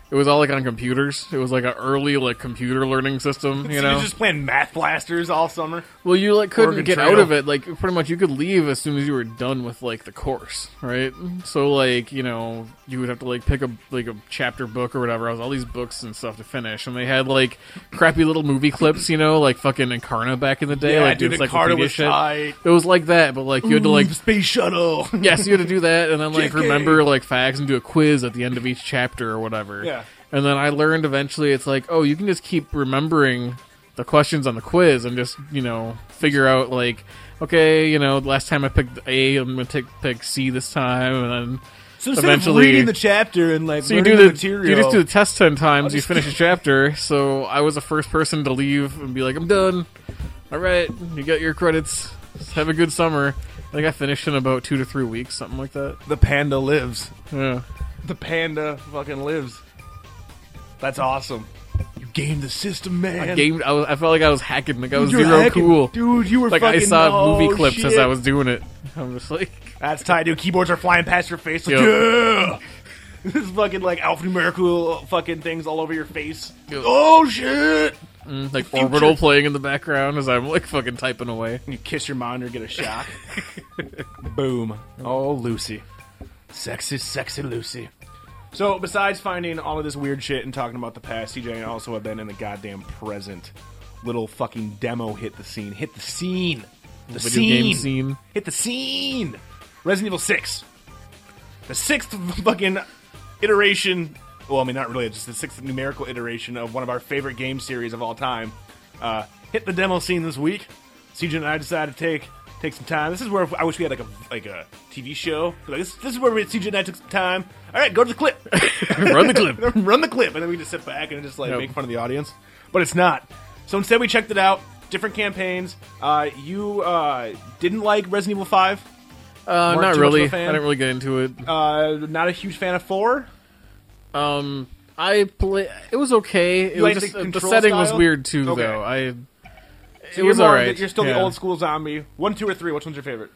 Speaker 6: it was all like on computers. It was like an early like computer learning system, you
Speaker 5: So
Speaker 6: know.
Speaker 5: you're just playing math blasters all summer.
Speaker 6: Well, you like couldn't
Speaker 5: Oregon
Speaker 6: get
Speaker 5: Trail.
Speaker 6: out of it. Like pretty much, you could leave as soon as you were done with like the course, right? So like you know, you would have to like pick a like a chapter book or whatever. I was all these books and stuff to finish, and they had like crappy little movie clips, you know, like fucking Encarna back in the day,
Speaker 5: Yeah,
Speaker 6: like
Speaker 5: dude,
Speaker 6: it's like
Speaker 5: Encarta
Speaker 6: Encarna
Speaker 5: was
Speaker 6: shit.
Speaker 5: tight.
Speaker 6: It was like that, but like you had to like.
Speaker 5: space shuttle.
Speaker 6: Yes, you had to do that, and then like
Speaker 5: JK.
Speaker 6: remember like facts and do a quiz at the end of each chapter or whatever.
Speaker 5: Yeah.
Speaker 6: And then I learned eventually it's like, oh, you can just keep remembering the questions on the quiz and just, you know, figure out like, okay, you know, last time I picked A, I'm gonna take pick C this time and then
Speaker 5: So
Speaker 6: instead of Eventually- reading the
Speaker 5: chapter and like
Speaker 6: so you do the, you just do the test ten times, you finish a chapter. So I was the first person to leave and be like, I'm done. All right, you got your credits. Have a good summer. I think I finished in about two to three weeks, something like that.
Speaker 5: the panda lives.
Speaker 6: Yeah.
Speaker 5: The panda fucking lives. That's awesome. You gamed the system, man.
Speaker 6: Game. I, was, I felt like I was hacking. Like I was
Speaker 5: You were
Speaker 6: zero
Speaker 5: hacking.
Speaker 6: cool.
Speaker 5: dude. You were
Speaker 6: like I
Speaker 5: fucking,
Speaker 6: saw
Speaker 5: oh,
Speaker 6: movie clips as
Speaker 5: shit.
Speaker 6: I was doing it. I'm just like,
Speaker 5: That's tight, dude. Keyboards are flying past your face. Like,
Speaker 6: Yep.
Speaker 5: yeah. this is fucking like alphanumerical fucking things all over your face. Oh shit!
Speaker 6: mm, like orbital playing in the background as I'm like fucking typing away.
Speaker 5: And you kiss your monitor, get a shock. Boom. Oh, Lucy. Sexy, sexy Lucy. So, besides finding all of this weird shit and talking about the past, CJ and I also have been in the goddamn present. Little fucking demo hit the scene. Hit the scene. The
Speaker 6: Video
Speaker 5: scene.
Speaker 6: game scene.
Speaker 5: Hit the scene. Resident Evil 6. The sixth fucking iteration. Well, I mean, not really. It's just the sixth numerical iteration of one of our favorite game series of all time. Uh, hit the demo scene this week. CJ and I decided to take take some time. This is where I wish we had like a like a TV show. Like, this, this is where we, CJ and I took some time. All right, go to the clip.
Speaker 6: Run the clip.
Speaker 5: run the clip, and then we just sit back and just like
Speaker 6: Yep.
Speaker 5: make fun of the audience. But it's not. So instead, we checked it out. different campaigns. Uh, you uh, didn't like Resident Evil Five.
Speaker 6: Uh,
Speaker 5: Weren't too
Speaker 6: not
Speaker 5: much of a
Speaker 6: really. I
Speaker 5: fan?
Speaker 6: didn't really get into it.
Speaker 5: Uh, not a huge fan of Four.
Speaker 6: Um, I play. It was okay. It was
Speaker 5: liked
Speaker 6: just,
Speaker 5: the
Speaker 6: uh, the,
Speaker 5: control
Speaker 6: setting was
Speaker 5: style?
Speaker 6: weird too,
Speaker 5: Okay.
Speaker 6: though. I.
Speaker 5: So
Speaker 6: it
Speaker 5: you're
Speaker 6: was
Speaker 5: more-
Speaker 6: alright.
Speaker 5: You're still
Speaker 6: yeah.
Speaker 5: the old school zombie. One, two, or three? Which one's your favorite?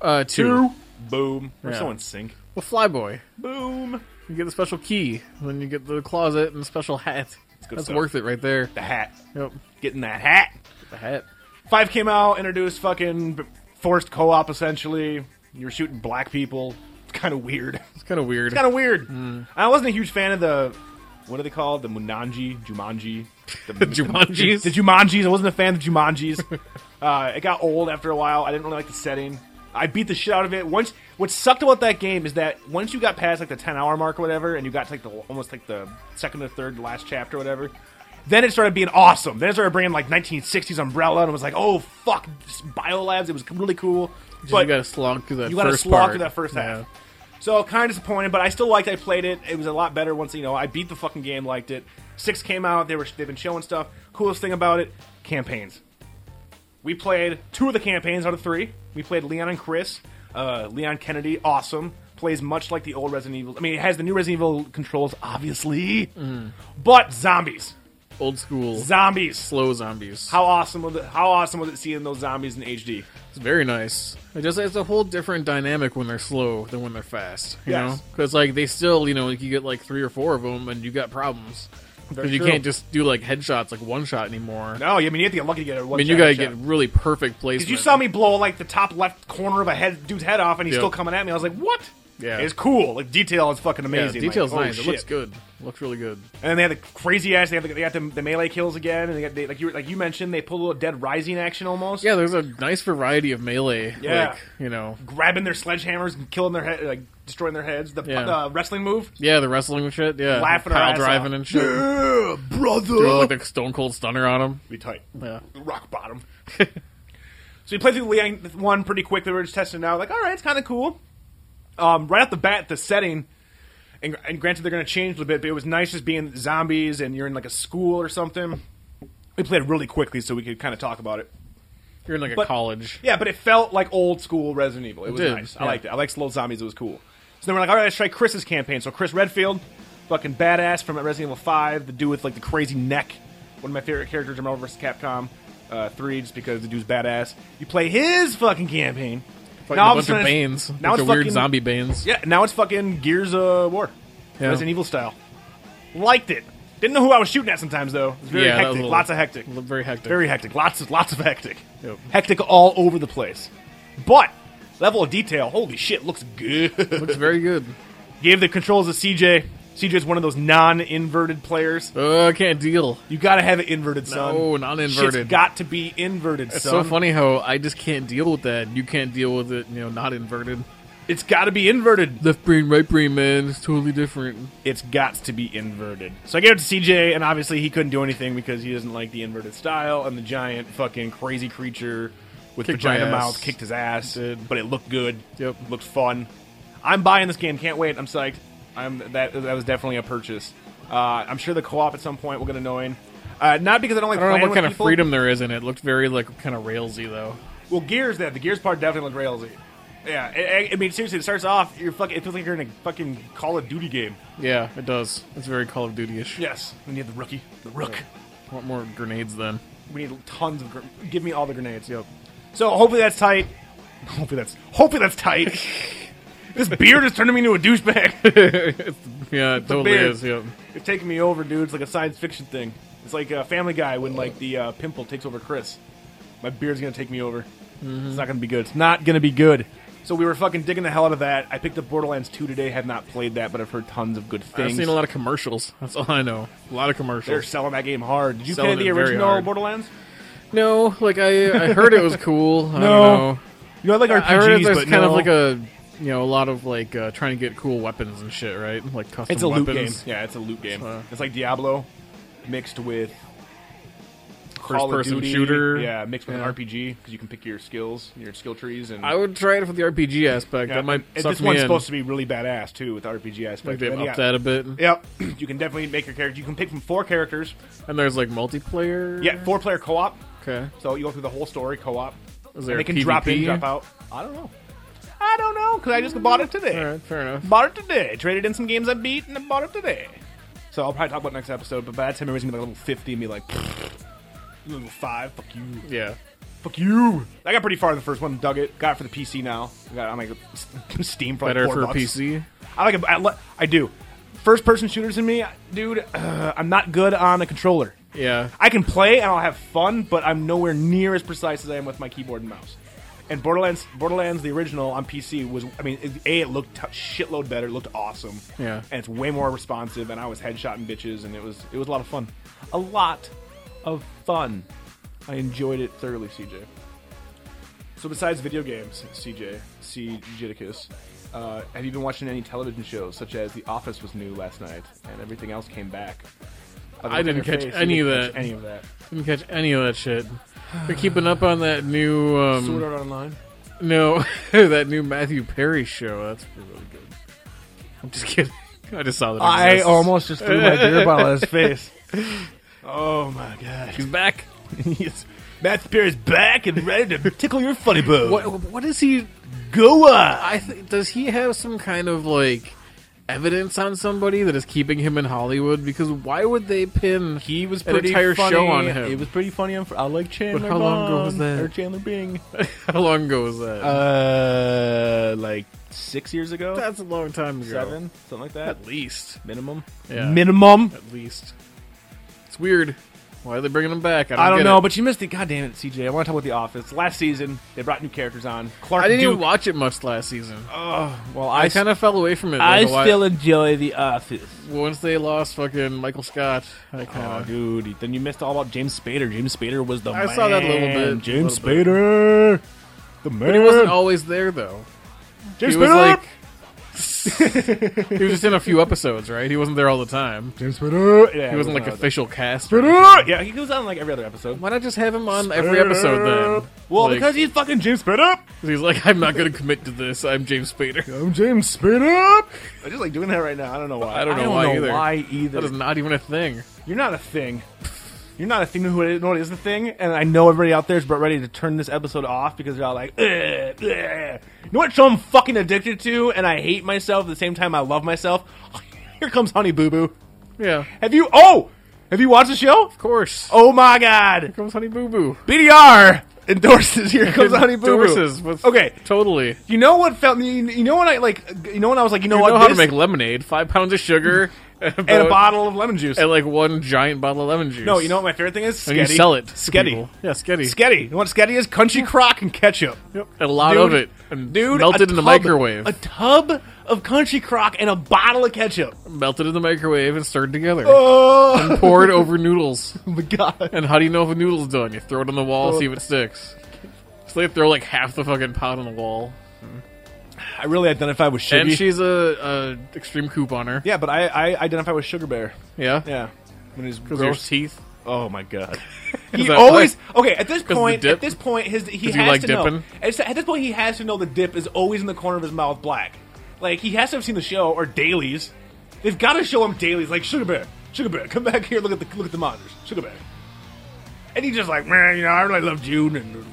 Speaker 6: Uh, two.
Speaker 5: Boom. We're
Speaker 6: Yeah.
Speaker 5: so in sync.
Speaker 6: Well, Flyboy.
Speaker 5: Boom.
Speaker 6: You get the special key, then you get the closet and the special hat.
Speaker 5: good
Speaker 6: That's
Speaker 5: stuff.
Speaker 6: worth it right there.
Speaker 5: The hat.
Speaker 6: Yep,
Speaker 5: Getting that hat.
Speaker 6: the hat.
Speaker 5: Five came out, introduced fucking forced co-op essentially. You're shooting black people. It's kind of weird.
Speaker 6: It's kind of weird. Mm.
Speaker 5: It's kind of weird. I wasn't a huge fan of the what are they called? The Munanji, Jumanji, the,
Speaker 6: Jumanjis?
Speaker 5: The, Jumanjis. I wasn't a fan of the Jumanjis. uh, it got old after a while. I didn't really like the setting. I beat the shit out of it. Once, what sucked about that game is that once you got past like the ten hour mark or whatever, and you got to like the almost like the second or third last chapter or whatever. Then it started being awesome. Then it started bringing like 1960s umbrella, and it was like, oh fuck, biolabs. It was really cool.
Speaker 6: Just you got to slog through that
Speaker 5: You
Speaker 6: first
Speaker 5: gotta slog
Speaker 6: part.
Speaker 5: through that first
Speaker 6: Yeah.
Speaker 5: half. So kind of disappointed, but I still liked. I played it. It was a lot better once you know I beat the fucking game. Liked it. Six came out. They were they've been showing stuff. Coolest thing about it, campaigns. We played two of the campaigns out of three. We played Leon and Chris. Uh, Leon Kennedy, awesome. Plays much like the old Resident Evil. I mean, it has the new Resident Evil controls, obviously, but zombies,
Speaker 6: Old school,
Speaker 5: zombies.
Speaker 6: slow zombies.
Speaker 5: How awesome was it? How awesome was it seeing those zombies in HD?
Speaker 6: It's very nice. It just it's a whole different dynamic when they're slow than when they're fast. You
Speaker 5: Yes.
Speaker 6: know, because like they still, you know, like you get like three or four of them, and you got problems because you
Speaker 5: true.
Speaker 6: can't just do like headshots, like one shot anymore.
Speaker 5: No, I mean you have to get lucky to get a one.
Speaker 6: I mean, you gotta get really perfect placement.
Speaker 5: Because you saw me blow like the top left corner of a head dude's head off, and he's
Speaker 6: Yep.
Speaker 5: still coming at me. I was like, "What?"
Speaker 6: Yeah.
Speaker 5: it's cool. Like detail is fucking
Speaker 6: Yeah,
Speaker 5: amazing.
Speaker 6: details
Speaker 5: like, oh,
Speaker 6: nice.
Speaker 5: shit.
Speaker 6: It looks good. Looks really good.
Speaker 5: And then they had the crazy ass. They had the, they got the, the melee kills again, and they got they, like you like you mentioned they pull a little Dead Rising action almost.
Speaker 6: Yeah, there's a nice variety of melee.
Speaker 5: Yeah.
Speaker 6: Like, you know.
Speaker 5: grabbing their sledgehammers and killing their head, like destroying their heads. The
Speaker 6: Yeah.
Speaker 5: uh, wrestling move.
Speaker 6: Yeah, the wrestling and shit. Yeah.
Speaker 5: Laughing our
Speaker 6: Pile
Speaker 5: ass off.
Speaker 6: driving and shit.
Speaker 5: Yeah,
Speaker 6: Throw,
Speaker 5: brother.
Speaker 6: like the Stone Cold Stunner on him.
Speaker 5: Be tight.
Speaker 6: Yeah.
Speaker 5: rock bottom. so we played through Liang one pretty quickly. We were just testing it out. Like, all right, it's kind of cool. Um, right off the bat, the setting, and, and granted, they're going to change a little bit, but it was nice just being zombies and you're in like a school or something. We played really quickly so we could kind of talk about it.
Speaker 6: You're in like a
Speaker 5: But-
Speaker 6: college.
Speaker 5: Yeah, but it felt like old school Resident Evil. It was
Speaker 6: did,
Speaker 5: nice. I
Speaker 6: yeah.
Speaker 5: liked it. I liked slow zombies. It was cool. So then we're like, all right, let's try Chris's campaign. So Chris Redfield, fucking badass from Resident Evil Five, the dude with like the crazy neck, one of my favorite characters in Marvel vs. Capcom uh, Three, just because the dude's badass. You play his fucking campaign.
Speaker 6: Fighting
Speaker 5: Now
Speaker 6: a
Speaker 5: all
Speaker 6: bunch
Speaker 5: a
Speaker 6: of
Speaker 5: sudden
Speaker 6: Banes.
Speaker 5: it's-
Speaker 6: Now
Speaker 5: Now
Speaker 6: bunch
Speaker 5: it's
Speaker 6: of weird
Speaker 5: fucking-
Speaker 6: zombie Banes.
Speaker 5: Yeah, now it's fucking Gears of War,
Speaker 6: Yeah.
Speaker 5: Resident Evil style. Liked it. Didn't know who I was shooting at sometimes though. It was very
Speaker 6: Yeah, that was a
Speaker 5: hectic.
Speaker 6: little-
Speaker 5: Lots of hectic.
Speaker 6: Very hectic.
Speaker 5: Very hectic. Lots of lots of hectic.
Speaker 6: Yep.
Speaker 5: Hectic all over the place. But level of detail, holy shit, looks good.
Speaker 6: Looks very good.
Speaker 5: Gave the controls to CJ. CJ's one of those non-inverted players.
Speaker 6: Uh, I can't deal.
Speaker 5: You gotta have it inverted, son.
Speaker 6: No, non-inverted.
Speaker 5: Shit's got to be inverted,
Speaker 6: It's
Speaker 5: son.
Speaker 6: so funny how I just can't deal with that. You can't deal with it, you know, not inverted.
Speaker 5: It's gotta be inverted.
Speaker 6: Left brain, right brain, man. It's totally different.
Speaker 5: It's got to be inverted. So I gave it to CJ, and obviously he couldn't do anything because he doesn't like the inverted style, and the giant fucking crazy creature with
Speaker 6: Kicked my
Speaker 5: vagina
Speaker 6: ass.
Speaker 5: mouth kicked his ass. But it looked good.
Speaker 6: Yep.
Speaker 5: Looked fun. I'm buying this game. Can't wait. I'm psyched. I'm that that was definitely a purchase. Uh, I'm sure the co-op at some point will get annoying. Uh, not because I don't like.
Speaker 6: I don't
Speaker 5: playing
Speaker 6: know what
Speaker 5: with
Speaker 6: kind
Speaker 5: people.
Speaker 6: of freedom there is in it. Looked very like kind of railsy though.
Speaker 5: Well, gears that the gears part definitely looked railsy. Yeah, I, I- I mean seriously, it starts off you're fucking. It feels like you're in a fucking Call of Duty game.
Speaker 6: Yeah, it does. It's very Call of Duty ish.
Speaker 5: Yes, and you have the rookie, the rook.
Speaker 6: Want more grenades then?
Speaker 5: We need tons of. Gr- give me all the grenades. Yep. So hopefully that's tight. Hopefully that's. Hopefully that's tight. this beard is turning me into a douchebag.
Speaker 6: Yeah, it totally
Speaker 5: beard.
Speaker 6: is. Yep.
Speaker 5: it's taking me over, dude. It's like a science fiction thing. It's like uh, Family Guy when like the uh, pimple takes over Chris. My beard's gonna take me over.
Speaker 6: Mm-hmm.
Speaker 5: It's not gonna be good. It's not gonna be good. So we were fucking digging the hell out of that. I picked up Borderlands 2 today. Have not played that, but I've heard tons of good things.
Speaker 6: I've seen a lot of commercials. That's all I know. A lot of
Speaker 5: They're
Speaker 6: commercials.
Speaker 5: selling that game hard. Did you
Speaker 6: Selling
Speaker 5: play the
Speaker 6: it very
Speaker 5: original
Speaker 6: hard.
Speaker 5: Borderlands?
Speaker 6: No, like I, I heard it was cool.
Speaker 5: No.
Speaker 6: I don't know.
Speaker 5: You know, I like RPGs,
Speaker 6: I heard there's
Speaker 5: but
Speaker 6: kind of
Speaker 5: no.
Speaker 6: like a you know a lot of like uh, trying to get cool weapons and shit, right? Like custom
Speaker 5: It's a loot game.
Speaker 6: weapons.
Speaker 5: Yeah, it's a loot game.
Speaker 6: Uh,
Speaker 5: it's like Diablo mixed with
Speaker 6: First
Speaker 5: Call of
Speaker 6: person
Speaker 5: Duty.
Speaker 6: shooter.
Speaker 5: Yeah, mixed with
Speaker 6: Yeah.
Speaker 5: an RPG because you can pick your skills, your skill trees, and
Speaker 6: I would try it for the RPG aspect.
Speaker 5: yeah,
Speaker 6: that might
Speaker 5: and
Speaker 6: suck
Speaker 5: this
Speaker 6: me
Speaker 5: one's
Speaker 6: in.
Speaker 5: supposed to be really badass too with the RPG aspect.
Speaker 6: like they've
Speaker 5: And
Speaker 6: upped
Speaker 5: yeah,
Speaker 6: that a bit.
Speaker 5: Yep, you can definitely make your character. You can pick from four characters.
Speaker 6: And there's like multiplayer.
Speaker 5: Yeah, four player co op.
Speaker 6: Okay.
Speaker 5: So you go through the whole story co-op.
Speaker 6: Is
Speaker 5: And
Speaker 6: there
Speaker 5: they
Speaker 6: a
Speaker 5: can drop in,
Speaker 6: PvP?
Speaker 5: drop out. I don't know. I don't know because I just bought it today.
Speaker 6: All right, fair enough.
Speaker 5: Bought it today. Traded in some games I beat and I bought it today. So I'll probably talk about it next episode. But by that time, everybody's gonna be like level fifty and be like, level five. Fuck you.
Speaker 6: Yeah.
Speaker 5: Fuck you. I got pretty far in the first one. Dug it. Got it for the PC now. I got it on my Steam for like
Speaker 6: Better
Speaker 5: four
Speaker 6: for
Speaker 5: bucks.
Speaker 6: PC.
Speaker 5: I like. A, I, li- I do. First person shooters in me, dude. Uh, I'm not good on a controller.
Speaker 6: Yeah.
Speaker 5: I can play and I'll have fun, but I'm nowhere near as precise as I am with my keyboard and mouse. And Borderlands, Borderlands the original on PC was, I mean, it- a it looked t- shitload better, it looked awesome,
Speaker 6: Yeah.
Speaker 5: and it's way more responsive. And I was headshotting bitches, and it was it was a lot of fun, a lot of fun. I enjoyed it thoroughly, CJ. So besides video games, CJ, C. Jidicus, uh, have you been watching any television shows such as The Office was new last night, and everything else came back?
Speaker 6: I didn't
Speaker 5: Look at your
Speaker 6: catch
Speaker 5: face, you
Speaker 6: any of
Speaker 5: didn't
Speaker 6: that.
Speaker 5: catch Any of that?
Speaker 6: Didn't catch any of that shit. They're keeping up on that new um
Speaker 5: Sword Art Online.
Speaker 6: no that new Matthew Perry show. That's really good. I'm just kidding. I just saw that. it
Speaker 5: I
Speaker 6: exists.
Speaker 5: almost just threw my beer bottle at his face. Oh my gosh.
Speaker 6: he's back.
Speaker 5: Yes. Matt Spear is back and ready to tickle your funny bone.
Speaker 6: What what is he?
Speaker 5: Go on.
Speaker 6: I th- does he have some kind of like evidence on somebody that is keeping him in Hollywood? Because why would they pin?
Speaker 5: He was
Speaker 6: An
Speaker 5: pretty
Speaker 6: entire
Speaker 5: funny.
Speaker 6: show on him.
Speaker 5: It was pretty funny. On, I like Chandler.
Speaker 6: how long ago
Speaker 5: Bing,
Speaker 6: was that?
Speaker 5: Or Chandler Bing.
Speaker 6: How long ago was that?
Speaker 5: Uh, like six years ago,
Speaker 6: That's a long time ago.
Speaker 5: seven, something like that.
Speaker 6: at least.
Speaker 5: Minimum.
Speaker 6: Yeah.
Speaker 5: Minimum.
Speaker 6: At least. It's weird. Why are they bringing him back? I don't,
Speaker 5: I don't
Speaker 6: get
Speaker 5: know,
Speaker 6: it.
Speaker 5: but you missed it. God damn it, CJ. I want to talk about The Office. Last season, they brought new characters on. Clark
Speaker 6: I didn't
Speaker 5: Duke.
Speaker 6: even watch it much last season.
Speaker 5: well,
Speaker 6: I
Speaker 5: I,
Speaker 6: kind of fell away from it.
Speaker 5: I
Speaker 6: like, a while-
Speaker 5: still enjoy The Office.
Speaker 6: once they lost fucking Michael Scott. I
Speaker 5: Oh,
Speaker 6: kind of
Speaker 5: dude, then you missed all about James Spader. James Spader was the
Speaker 6: I saw that a little
Speaker 5: man.
Speaker 6: bit,
Speaker 5: James
Speaker 6: a little
Speaker 5: Spader, the man.
Speaker 6: he wasn't always there though.
Speaker 5: James
Speaker 6: he was
Speaker 5: Spader.
Speaker 6: He was just in a few episodes, right? He wasn't there all the time.
Speaker 5: James Spader. Yeah,
Speaker 6: He
Speaker 5: it
Speaker 6: wasn't like
Speaker 5: all
Speaker 6: official cast.
Speaker 5: that.
Speaker 6: or
Speaker 5: Spader.
Speaker 6: anything.
Speaker 5: Yeah, he goes on like every other episode.
Speaker 6: Why not just have him on every episode then?
Speaker 5: Well,
Speaker 6: Like,
Speaker 5: because he's fucking James Spader.
Speaker 6: he's like, I'm not going to commit to this. I'm James Spader.
Speaker 5: I'm James Spader. I just like doing that right now. I don't know why.
Speaker 6: I don't know why either.
Speaker 5: why either.
Speaker 6: That is not even a thing.
Speaker 5: You're not a thing. You're not a thing. Who it- what is the thing? And I know everybody out there is about ready to turn this episode off because they're all like, "Ugh, ugh." you know what show I'm fucking addicted to, and I hate myself at the same time I love myself. Here comes Honey Boo Boo.
Speaker 6: Yeah, of
Speaker 5: Have you? Oh, have you watched the show?
Speaker 6: course.
Speaker 5: Oh my God!
Speaker 6: comes Honey Boo Boo.
Speaker 5: BDR endorses. Here comes Honey Boo
Speaker 6: Endorses
Speaker 5: Boo.
Speaker 6: with-
Speaker 5: Okay,
Speaker 6: Totally.
Speaker 5: you know what felt? You you know when I like? You know when I was like, you know
Speaker 6: You
Speaker 5: what?
Speaker 6: know how to
Speaker 5: This-
Speaker 6: make lemonade. Five pounds of sugar and,
Speaker 5: and a
Speaker 6: about-
Speaker 5: bottle of lemon juice.
Speaker 6: and like one giant bottle of lemon juice.
Speaker 5: No, you know what my favorite thing is?
Speaker 6: And you
Speaker 5: Sketty.
Speaker 6: sell it. to
Speaker 5: Sketty.
Speaker 6: people. Yeah, sketty.
Speaker 5: Sketty. You know what Sketty is? Country crock and ketchup.
Speaker 6: a lot
Speaker 5: Dude,
Speaker 6: of it. And
Speaker 5: Dude,
Speaker 6: melted
Speaker 5: a
Speaker 6: in the
Speaker 5: tub-
Speaker 6: microwave.
Speaker 5: A tub of country crock and a bottle of ketchup.
Speaker 6: melted in the microwave and stirred together.
Speaker 5: Oh,
Speaker 6: Poured over noodles.
Speaker 5: my god.
Speaker 6: And how do you know if a noodle's done? You throw it on the wall, see if it sticks. So they throw like half the fucking pot on the wall.
Speaker 5: I really identify with Sugar.
Speaker 6: And she's a, a extreme couponer.
Speaker 5: yeah, but I, I identify with Sugar Bear.
Speaker 6: Yeah.
Speaker 5: Yeah. When his
Speaker 6: Because your
Speaker 5: gross.
Speaker 6: teeth.
Speaker 5: Oh my god. He
Speaker 6: Is that
Speaker 5: always okay. At this
Speaker 6: of the
Speaker 5: point,
Speaker 6: dip?
Speaker 5: at this point, his he
Speaker 6: Does
Speaker 5: has
Speaker 6: he like
Speaker 5: to know.
Speaker 6: dipping?
Speaker 5: At this- at this point, he has to know the dip is always in the corner of his mouth, black. Like he has to have seen the show or dailies. They've got to show him dailies, like Sugar Bear. Sugar Bear, come back here. Look at the look at the monitors. Sugar Bear. And he's just like, man, you know, I really love June, and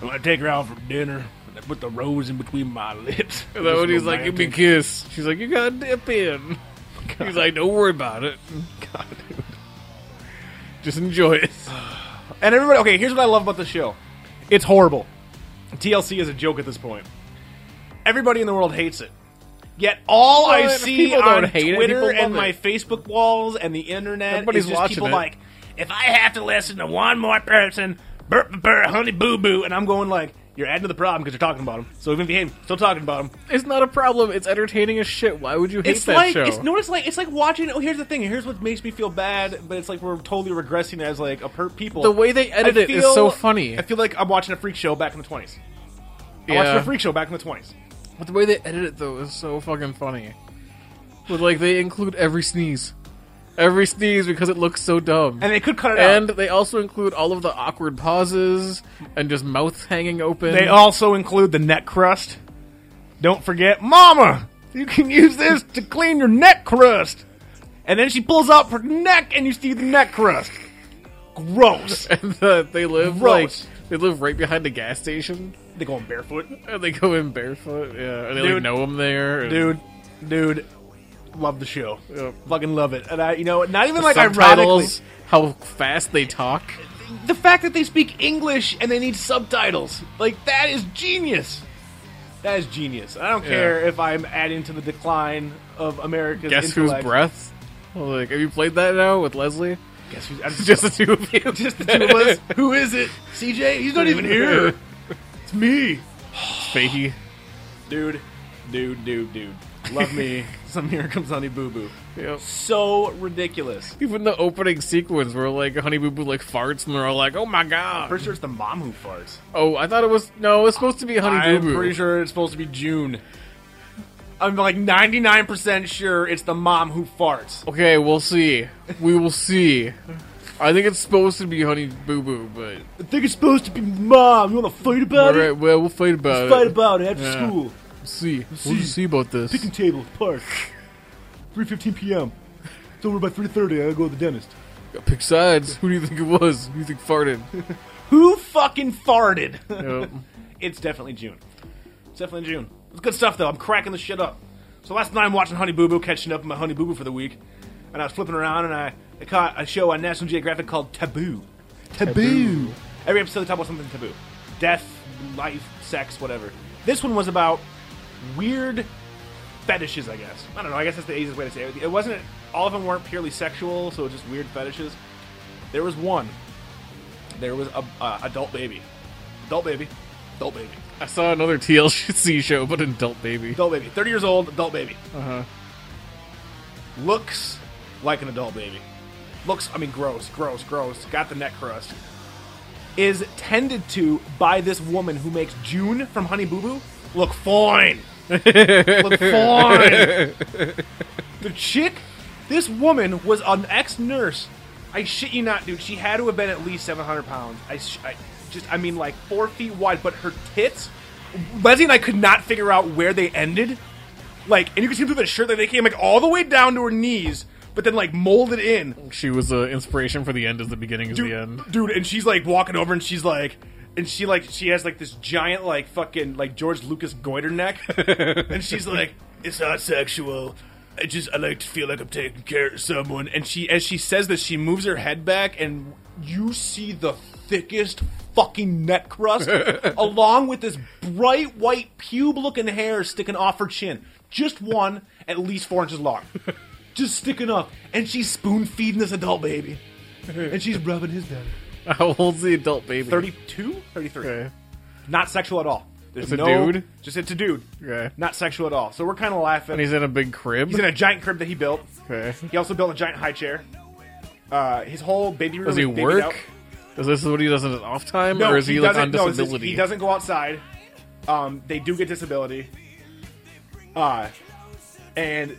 Speaker 5: I want to take her out for dinner. And I put the rose in between my lips.
Speaker 6: And then when
Speaker 5: It's
Speaker 6: he's like, give me a
Speaker 5: romantic.
Speaker 6: kiss. She's like, you got a dip in. He's like, don't worry about it.
Speaker 5: God, dude.
Speaker 6: Just enjoy it.
Speaker 5: And everybody, okay, here's what I love about the show. It's horrible. TLC is a joke at this point. Everybody in the world hates it. Yet all I
Speaker 6: Well, if
Speaker 5: see
Speaker 6: people
Speaker 5: on
Speaker 6: don't hate it, people
Speaker 5: Twitter
Speaker 6: love
Speaker 5: and my
Speaker 6: it.
Speaker 5: Facebook walls and the internet
Speaker 6: Everybody's
Speaker 5: is just
Speaker 6: watching
Speaker 5: people
Speaker 6: it.
Speaker 5: like, if I have to listen to one more person, burp, burp, burp, honey boo boo, and I'm going like, you're adding to the problem because you're talking about them. So even if you hate 'em, still talking about them,
Speaker 6: It's not a problem. It's entertaining as shit. Why would you hate
Speaker 5: it's
Speaker 6: that
Speaker 5: like
Speaker 6: show?
Speaker 5: it's no, it's like it's like watching. Oh, here's the thing. Here's what makes me feel bad, but it's like we're totally regressing as like a per people.
Speaker 6: The way they edit
Speaker 5: I
Speaker 6: it is so funny.
Speaker 5: I feel like I'm watching a freak show back in the twenties. I watched
Speaker 6: yeah.
Speaker 5: a freak show back in the twenties.
Speaker 6: But the way they edit it though is so fucking funny. But like they include every sneeze, every sneeze because it looks so dumb.
Speaker 5: And they could cut it
Speaker 6: And
Speaker 5: out.
Speaker 6: they also include all of the awkward pauses and just mouths hanging open.
Speaker 5: They also include the neck crust. Don't forget, Mama! You can use this to clean your neck crust. And then she pulls out her neck and you see the neck crust. Gross.
Speaker 6: And the, they live
Speaker 5: Gross.
Speaker 6: like they live right behind the gas station,
Speaker 5: they going barefoot,
Speaker 6: and they go in barefoot. Yeah, and they like,
Speaker 5: Dude.
Speaker 6: know them there, and,
Speaker 5: dude. Dude, love the show.
Speaker 6: Yep.
Speaker 5: Fucking love it. And I, you know, not even like ironically,
Speaker 6: subtitles, how fast they talk.
Speaker 5: the fact that they speak English and they need subtitles, like that is genius. That is genius. I don't care if I'm adding to the decline of America's.
Speaker 6: Guess whose
Speaker 5: intellect.
Speaker 6: breath? Like, have you played that now with Leslie?
Speaker 5: Guess who's? I'm just,
Speaker 6: Just the two of you.
Speaker 5: just the two of us. Who is it? CJ? He's not even here. It's me,
Speaker 6: Fakey.
Speaker 5: dude, dude, dude, dude. Love me. Some here comes Honey Boo Boo.
Speaker 6: Yep.
Speaker 5: So ridiculous.
Speaker 6: Even the opening sequence where like Honey Boo Boo like farts and they're all like, "Oh my god!"
Speaker 5: Pretty sure it's the mom who farts.
Speaker 6: Oh, I thought it was no. It's supposed to be Honey
Speaker 5: I'm
Speaker 6: Boo Boo.
Speaker 5: pretty sure it's supposed to be June. I'm like 99% sure it's the mom who farts.
Speaker 6: Okay, we'll see. We will see. I think it's supposed to be Honey Boo Boo, but
Speaker 5: I think it's supposed to be mom. You want to fight about
Speaker 6: all right, well, we'll fight about it.
Speaker 5: about it after
Speaker 6: Yeah. school. We'll see. We'll
Speaker 5: see.
Speaker 6: just see about this.
Speaker 5: table, park. 3.15 p.m. It's over by 3.30. I gotta go to the dentist.
Speaker 6: Pick sides. Who do you think it was? Who do you think farted?
Speaker 5: Who fucking farted?
Speaker 6: Yep.
Speaker 5: it's definitely June. It's definitely June. It's good stuff, though. I'm cracking this shit up. So last night I'm watching Honey Boo Boo, catching up on my Honey Boo Boo for the week. And I was flipping around and I, I caught a show on National Geographic called Taboo. Taboo. Every episode they talk about something taboo death, life, sex, whatever. This one was about weird fetishes, I guess. I don't know. I guess that's the easiest way to say it. It wasn't, all of them weren't purely sexual, so it was just weird fetishes. There was one. There was a uh, adult baby. Adult baby. Adult baby.
Speaker 6: I saw another TLC show, but an adult baby.
Speaker 5: Adult baby. 30 years old, adult baby. Uh-huh. Looks like an adult baby. Looks, I mean, gross, gross, gross. Got the neck crust. Is tended to by this woman who makes June from Honey Boo Boo look fine. look fine. the chick, this woman was an ex nurse. I shit you not, dude. She had to have been at least 700 pounds. I, sh- I just, I mean, like four feet wide, but her tits. Leslie and I could not figure out where they ended. Like, and you can see through the shirt that they came like all the way down to her knees, but then like molded in.
Speaker 6: She was the inspiration for the end is the beginning is
Speaker 5: Dude,
Speaker 6: the end.
Speaker 5: dude, and she's like walking over and she's like. And she like she has like this giant like fucking like George Lucas goiter neck, and she's like, "It's not sexual. I just I like to feel like I'm taking care of someone." And she as she says this, she moves her head back, and you see the thickest fucking neck crust, along with this bright white pube looking hair sticking off her chin, just one at least four inches long, just sticking up, and she's spoon feeding this adult baby and she's rubbing his belly.
Speaker 6: How old's the adult baby?
Speaker 5: 32? 33.
Speaker 6: Okay.
Speaker 5: Not sexual at all. There's
Speaker 6: It's a
Speaker 5: no,
Speaker 6: dude?
Speaker 5: Just it's a dude.
Speaker 6: Okay.
Speaker 5: Not sexual at all. So we're kind of laughing.
Speaker 6: And he's in a big crib.
Speaker 5: He's in a giant crib that he built.
Speaker 6: okay.
Speaker 5: He also built a giant high chair. Uh, his whole baby room
Speaker 6: Does he
Speaker 5: is babied out.
Speaker 6: work? Is this what he does in his off time,
Speaker 5: No,
Speaker 6: or is he,
Speaker 5: he,
Speaker 6: like
Speaker 5: doesn't.
Speaker 6: on
Speaker 5: no, this is-
Speaker 6: disability?
Speaker 5: he doesn't go outside. Um, they do get disability. Uh, and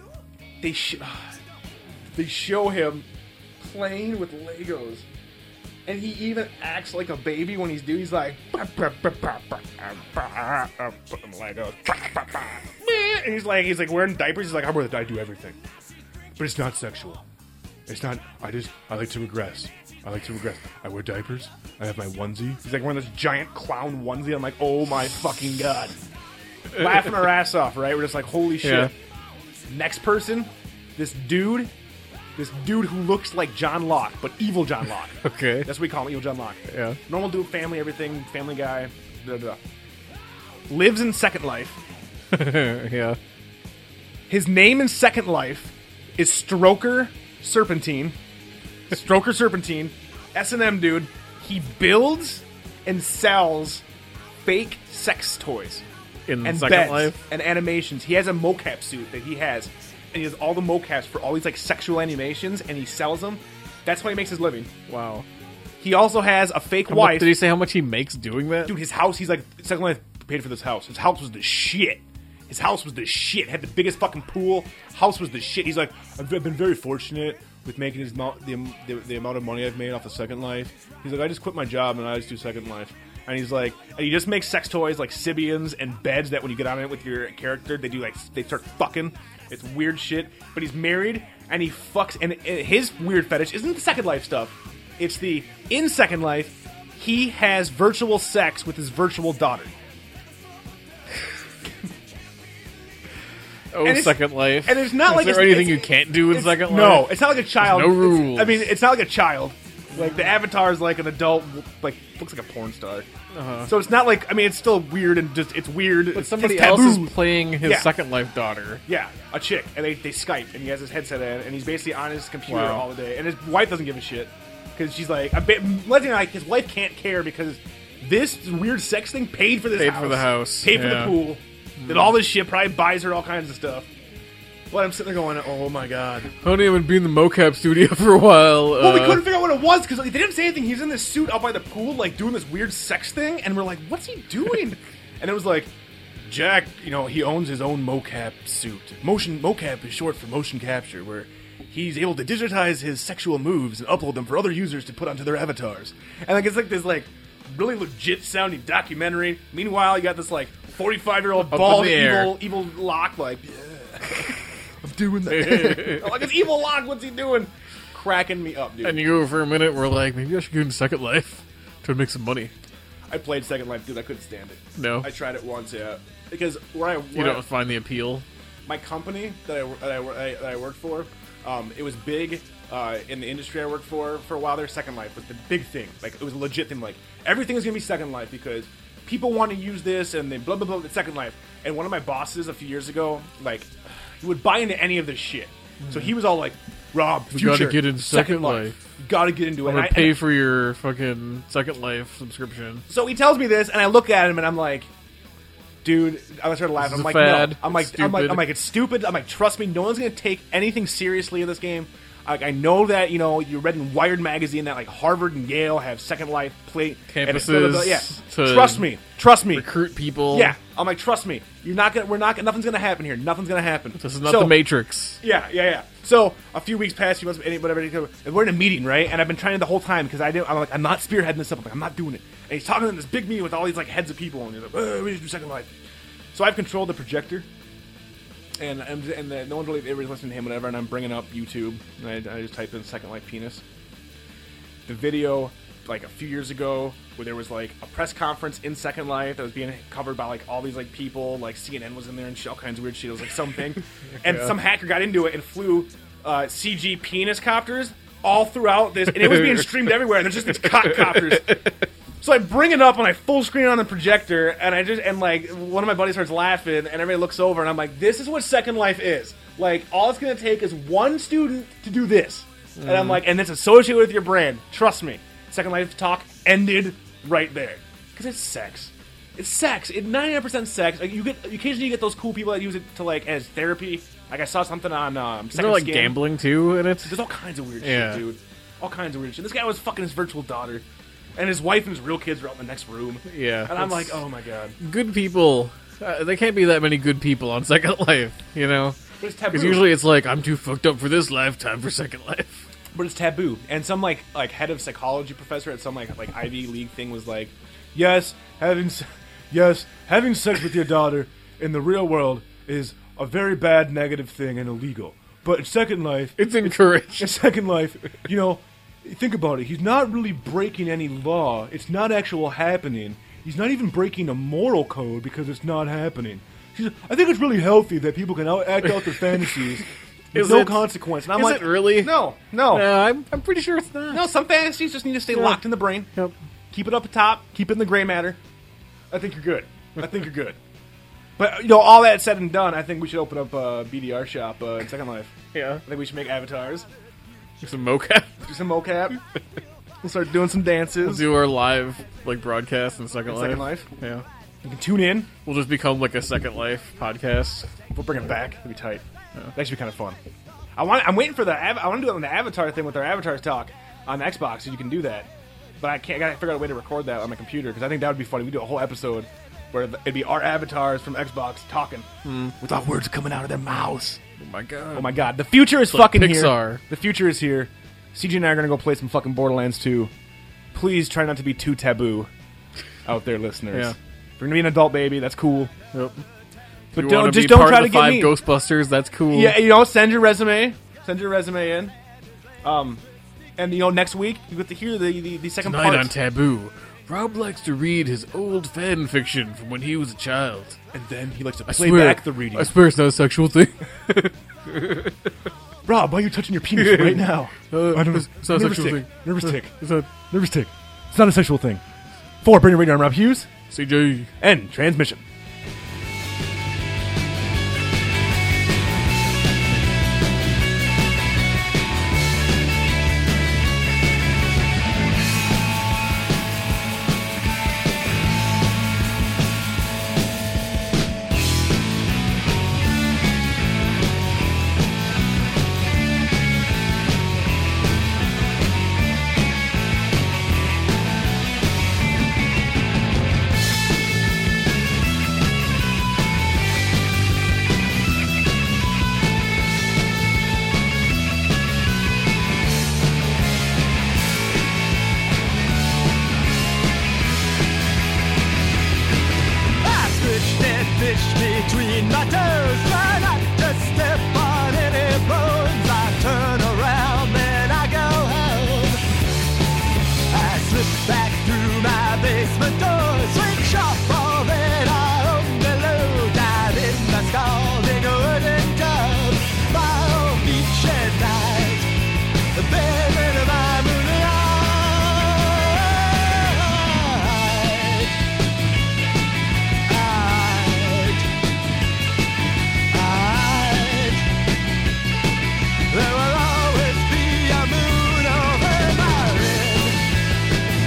Speaker 5: they sh- they show him playing with Legos, and he even acts like a baby when he's doing. He's like Legos, and he's like he's like wearing diapers. He's like I'm gonna I do everything, but it's not sexual. It's not. I just. I like to regress. I like to regress. I wear diapers. I have my onesie. He's like wearing this giant clown onesie. I'm like, oh my fucking god! Laughing our ass off, right? We're just like, holy shit.
Speaker 6: Yeah.
Speaker 5: Next person, this dude, this dude who looks like John Locke, but evil John Locke.
Speaker 6: Okay.
Speaker 5: That's what we call him, evil John Locke.
Speaker 6: Yeah.
Speaker 5: Normal dude, family, everything, family guy. Blah, blah. Lives in Second Life.
Speaker 6: yeah.
Speaker 5: His name in Second Life is Stroker Serpentine. Stroker Serpentine, S and M dude. He builds and sells fake sex toys
Speaker 6: In
Speaker 5: and
Speaker 6: Second
Speaker 5: beds
Speaker 6: Life.
Speaker 5: and animations. He has a mocap suit that he has, and he has all the mocaps for all these like sexual animations, and he sells them. That's how he makes his living.
Speaker 6: Wow.
Speaker 5: He also has a fake
Speaker 6: What-
Speaker 5: wife.
Speaker 6: did he say how much he makes doing that?
Speaker 5: Dude, his house, he's like, second life paid for this house. His house was the shit. His house was the shit. Had the biggest fucking pool. House was the shit. He's like, I've been very fortunate with making his amount, the, am- the, the amount of money I've made off of Second Life. He's like, I just quit my job and I just do Second Life. And he's like, and he just makes sex toys like Sibians and beds that when you get on it with your character, they do like, they start fucking. It's weird shit. But he's married and he fucks. And uh, his weird fetish isn't the Second Life stuff It's the in Second Life, he has virtual sex with his virtual daughter.
Speaker 6: Oh,
Speaker 5: it's-
Speaker 6: Second Life.
Speaker 5: and it's not
Speaker 6: Is
Speaker 5: like
Speaker 6: there
Speaker 5: it's-
Speaker 6: anything you
Speaker 5: it's-
Speaker 6: can't do in
Speaker 5: It's-
Speaker 6: Second Life?
Speaker 5: No, it's not like a child.
Speaker 6: There's no
Speaker 5: It's-
Speaker 6: rules.
Speaker 5: I mean, it's not like a child. Like the avatar is like an adult, like looks like a porn star. So it's not like I mean, it's still weird and just it's weird.
Speaker 6: Uh-huh. But
Speaker 5: it's
Speaker 6: somebody
Speaker 5: it's
Speaker 6: else is
Speaker 5: taboo.
Speaker 6: playing his
Speaker 5: Yeah.
Speaker 6: Second Life daughter.
Speaker 5: Yeah, a chick, and they, they Skype, and he has his headset in, and he's basically on his computer
Speaker 6: Wow.
Speaker 5: all day, and his wife doesn't give a shit because she's like a bit. Leslie and I, his wife can't care because this weird sex thing paid for this
Speaker 6: Paid
Speaker 5: house,
Speaker 6: for the house,
Speaker 5: paid for the
Speaker 6: yeah. Hmm.
Speaker 5: pool, did all this shit, probably buys her all kinds of stuff. But I'm sitting there going, oh my god.
Speaker 6: Honey, I've been in the mocap studio for a while.
Speaker 5: Well, we
Speaker 6: uh,
Speaker 5: couldn't figure out what it was because they didn't say anything. He was in this suit out by the pool, like doing this weird sex thing, and we're like, "What's he doing?" and it was like, Jack, you know, he owns his own mocap suit. Motion mocap is short for motion capture, where he's able to digitize his sexual moves and upload them for other users to put onto their avatars. And like, it's like this like really legit sounding documentary. Meanwhile, you got this like forty-five year old
Speaker 6: in
Speaker 5: bald
Speaker 6: the air.
Speaker 5: evil evil lock like. "Yeah, I'm doing that. I'm like, it's evil lock. What's he doing? Cracking me up, dude.
Speaker 6: And you go for a minute, we're like, maybe I should get in Second Life to make some money.
Speaker 5: I played Second Life, dude. I couldn't stand it.
Speaker 6: No.
Speaker 5: I tried it once, yeah. Because where I
Speaker 6: You
Speaker 5: where-
Speaker 6: don't find the appeal.
Speaker 5: my company that I that I, that I, that I worked for, um, it was big uh, in the industry I worked for for a while. Their Second Life was the big thing. Like it was a legit thing. Like everything is gonna be Second Life because people want to use this and then blah blah blah. It's Second Life. And one of my bosses a few years ago, like, he would buy into any of this shit. So he was all like, "Rob,
Speaker 6: Mm-hmm. gotta
Speaker 5: future,
Speaker 6: get in Second Life.
Speaker 5: You Gotta get into it."
Speaker 6: I'm
Speaker 5: And
Speaker 6: gonna
Speaker 5: I-
Speaker 6: pay
Speaker 5: and-
Speaker 6: for your fucking Second Life subscription.
Speaker 5: So he tells me this, and I look at him, and I'm like, "Dude," I start to laugh.
Speaker 6: This
Speaker 5: I'm
Speaker 6: is a
Speaker 5: like,
Speaker 6: fad.
Speaker 5: "No," I'm like,
Speaker 6: It's
Speaker 5: "I'm like,
Speaker 6: stupid.
Speaker 5: I'm like, it's stupid." I'm like, "Trust me, no one's gonna take anything seriously in this game." Like, I know that you know you read in Wired magazine that like Harvard and Yale have Second Life play and it's blah, blah, blah.
Speaker 6: Campuses
Speaker 5: Yeah,
Speaker 6: to
Speaker 5: trust me, trust me.
Speaker 6: Recruit people.
Speaker 5: Yeah, I'm like, trust me. You're not gonna. We're not. gonna Nothing's gonna happen here. Nothing's gonna happen.
Speaker 6: This is not
Speaker 5: So-
Speaker 6: the Matrix.
Speaker 5: yeah, yeah, yeah. So a few weeks passed, few months, any- whatever. And we're in a meeting, right? And I've been trying the whole time because I didn't. I'm like, I'm not spearheading this up. I'm like, I'm not doing it. And he's talking in this big meeting with all these like heads of people, and he's like, "Uh, we should do Second Life. So I've controlled the projector, and and, and the, no one really everybody's listening to him, whatever. And I'm bringing up YouTube, and I, I just typed in Second Life penis. The video, like a few years ago, where there was like a press conference in Second Life that was being covered by like all these like people, like CNN was in there and shit, all kinds of weird shit. It was like something, and some hacker got into it and flew uh, CG penis copters all throughout this, and it was being streamed everywhere. And there's just these cock copters. So I bring it up and I full screen on the projector, and I just and like one of my buddies starts laughing, and everybody looks over, and I'm like, "This is what Second Life is. Like, all it's gonna take is one student to do this." And
Speaker 6: Mm.
Speaker 5: I'm like, "And it's associated with your brand. Trust me." Second Life talk ended right there because it's sex. It's sex. It's 99% sex. Like you get occasionally you get those cool people that use it to like as therapy. Like I saw something on um,
Speaker 6: Isn't
Speaker 5: Second
Speaker 6: there like
Speaker 5: Skin.
Speaker 6: gambling too in it?
Speaker 5: There's all kinds of weird
Speaker 6: Yeah.
Speaker 5: shit, dude. All kinds of weird shit. This guy was fucking his virtual daughter, and his wife and his real kids were out in the next room.
Speaker 6: Yeah,
Speaker 5: And I'm like,
Speaker 6: that's-
Speaker 5: oh my god.
Speaker 6: Good people. Uh, there can't be that many good people on Second Life, you know?
Speaker 5: But it's
Speaker 6: Because
Speaker 5: taboo.
Speaker 6: usually it's like, I'm too fucked up for this life, time for Second Life.
Speaker 5: but it's taboo. And some like like head of psychology professor at some like like Ivy League thing was like, yes, having s- yes having sex with your daughter in the real world is a very bad negative thing and illegal. But in Second Life,
Speaker 6: It's encouraged.
Speaker 5: in Second Life, you know, think about it. He's not really breaking any law. It's not actual happening. He's not even breaking a moral code because it's not happening. She's, I think it's really healthy that people can out- act out their fantasies. with
Speaker 6: Is
Speaker 5: no
Speaker 6: it-
Speaker 5: consequence. And I'm
Speaker 6: is
Speaker 5: like,
Speaker 6: it really?
Speaker 5: No, no,
Speaker 6: No, I'm, I'm pretty sure it's not.
Speaker 5: no. Some fantasies just need to stay locked in the brain.
Speaker 6: Yep.
Speaker 5: Keep it up at top. Keep it in the gray matter. I think you're good. I think you're good. But you know, all that said and done, I think we should open up a BDR shop uh, in Second Life.
Speaker 6: Yeah.
Speaker 5: I think we should make avatars.
Speaker 6: Some mocap.
Speaker 5: do some mocap. We'll start doing some
Speaker 6: We'll
Speaker 5: dances.
Speaker 6: do our live like broadcast in Second Life.
Speaker 5: Second Life.
Speaker 6: Yeah.
Speaker 5: You can tune in.
Speaker 6: We'll just become like a Second Life podcast.
Speaker 5: We'll bring it back. It'll be tight. That should be kind of fun. I want. I'm waiting for the. av- I want to do it on the Avatar thing with our Avatars talk on Xbox, so you can do that. But I can't. I gotta figure out a way to record that on my computer because I think that would be funny. We do a whole episode where it'd be our avatars from Xbox talking without words coming out of their mouths.
Speaker 6: Oh my god.
Speaker 5: Oh my god, the future is
Speaker 6: like
Speaker 5: fucking
Speaker 6: Pixar.
Speaker 5: here. The future is here. CG and I are gonna go play some fucking Borderlands 2. Please try not to be too taboo out there, listeners.
Speaker 6: Yeah.
Speaker 5: If you're gonna be an adult baby, that's cool.
Speaker 6: Yep.
Speaker 5: But
Speaker 6: You wanna
Speaker 5: don't
Speaker 6: be
Speaker 5: just don't
Speaker 6: part
Speaker 5: try
Speaker 6: of
Speaker 5: to
Speaker 6: the
Speaker 5: get
Speaker 6: five
Speaker 5: me.
Speaker 6: Ghostbusters. That's cool.
Speaker 5: Yeah, you know, send your resume. Send your resume in. Um, And you know, next week you get to hear the the, the second
Speaker 6: Night
Speaker 5: part.
Speaker 6: on Taboo. Rob likes to read his old fan fiction from when he was a child.
Speaker 5: and then he likes to
Speaker 6: I
Speaker 5: play
Speaker 6: swear,
Speaker 5: back the reading.
Speaker 6: I swear it's not a sexual thing.
Speaker 5: Rob, why are you touching your penis right now?
Speaker 6: Uh,
Speaker 7: I don't know.
Speaker 6: it's, it's not a
Speaker 7: Nervous
Speaker 6: sexual
Speaker 7: tick.
Speaker 6: thing.
Speaker 7: Nervous tick.
Speaker 6: It's not
Speaker 7: Nervous tick. It's not a sexual thing. For Brandon Radar, I'm Rob Hughes.
Speaker 6: CJ.
Speaker 5: End transmission.
Speaker 8: I switched and fished between my toes. Try not to step on any bones. I turn around, then I go home. I slip back through my basement door. Swing sharp all that I own below. Dive in the scalding wooden tub. My own beach at night. The bed in my moonlight. There will always be a moon over my head.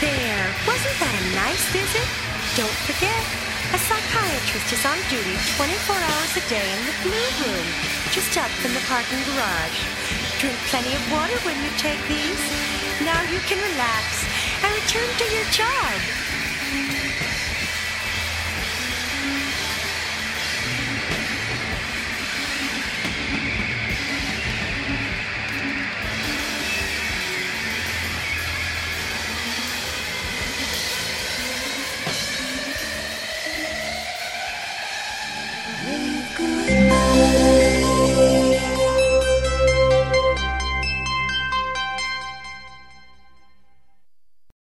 Speaker 4: There. Wasn't that a nice visit? Don't forget, a psychiatrist is on duty 24 hours a day in the blue room, just up from the parking garage. Drink plenty of water when you take these. Now you can relax and return to your job.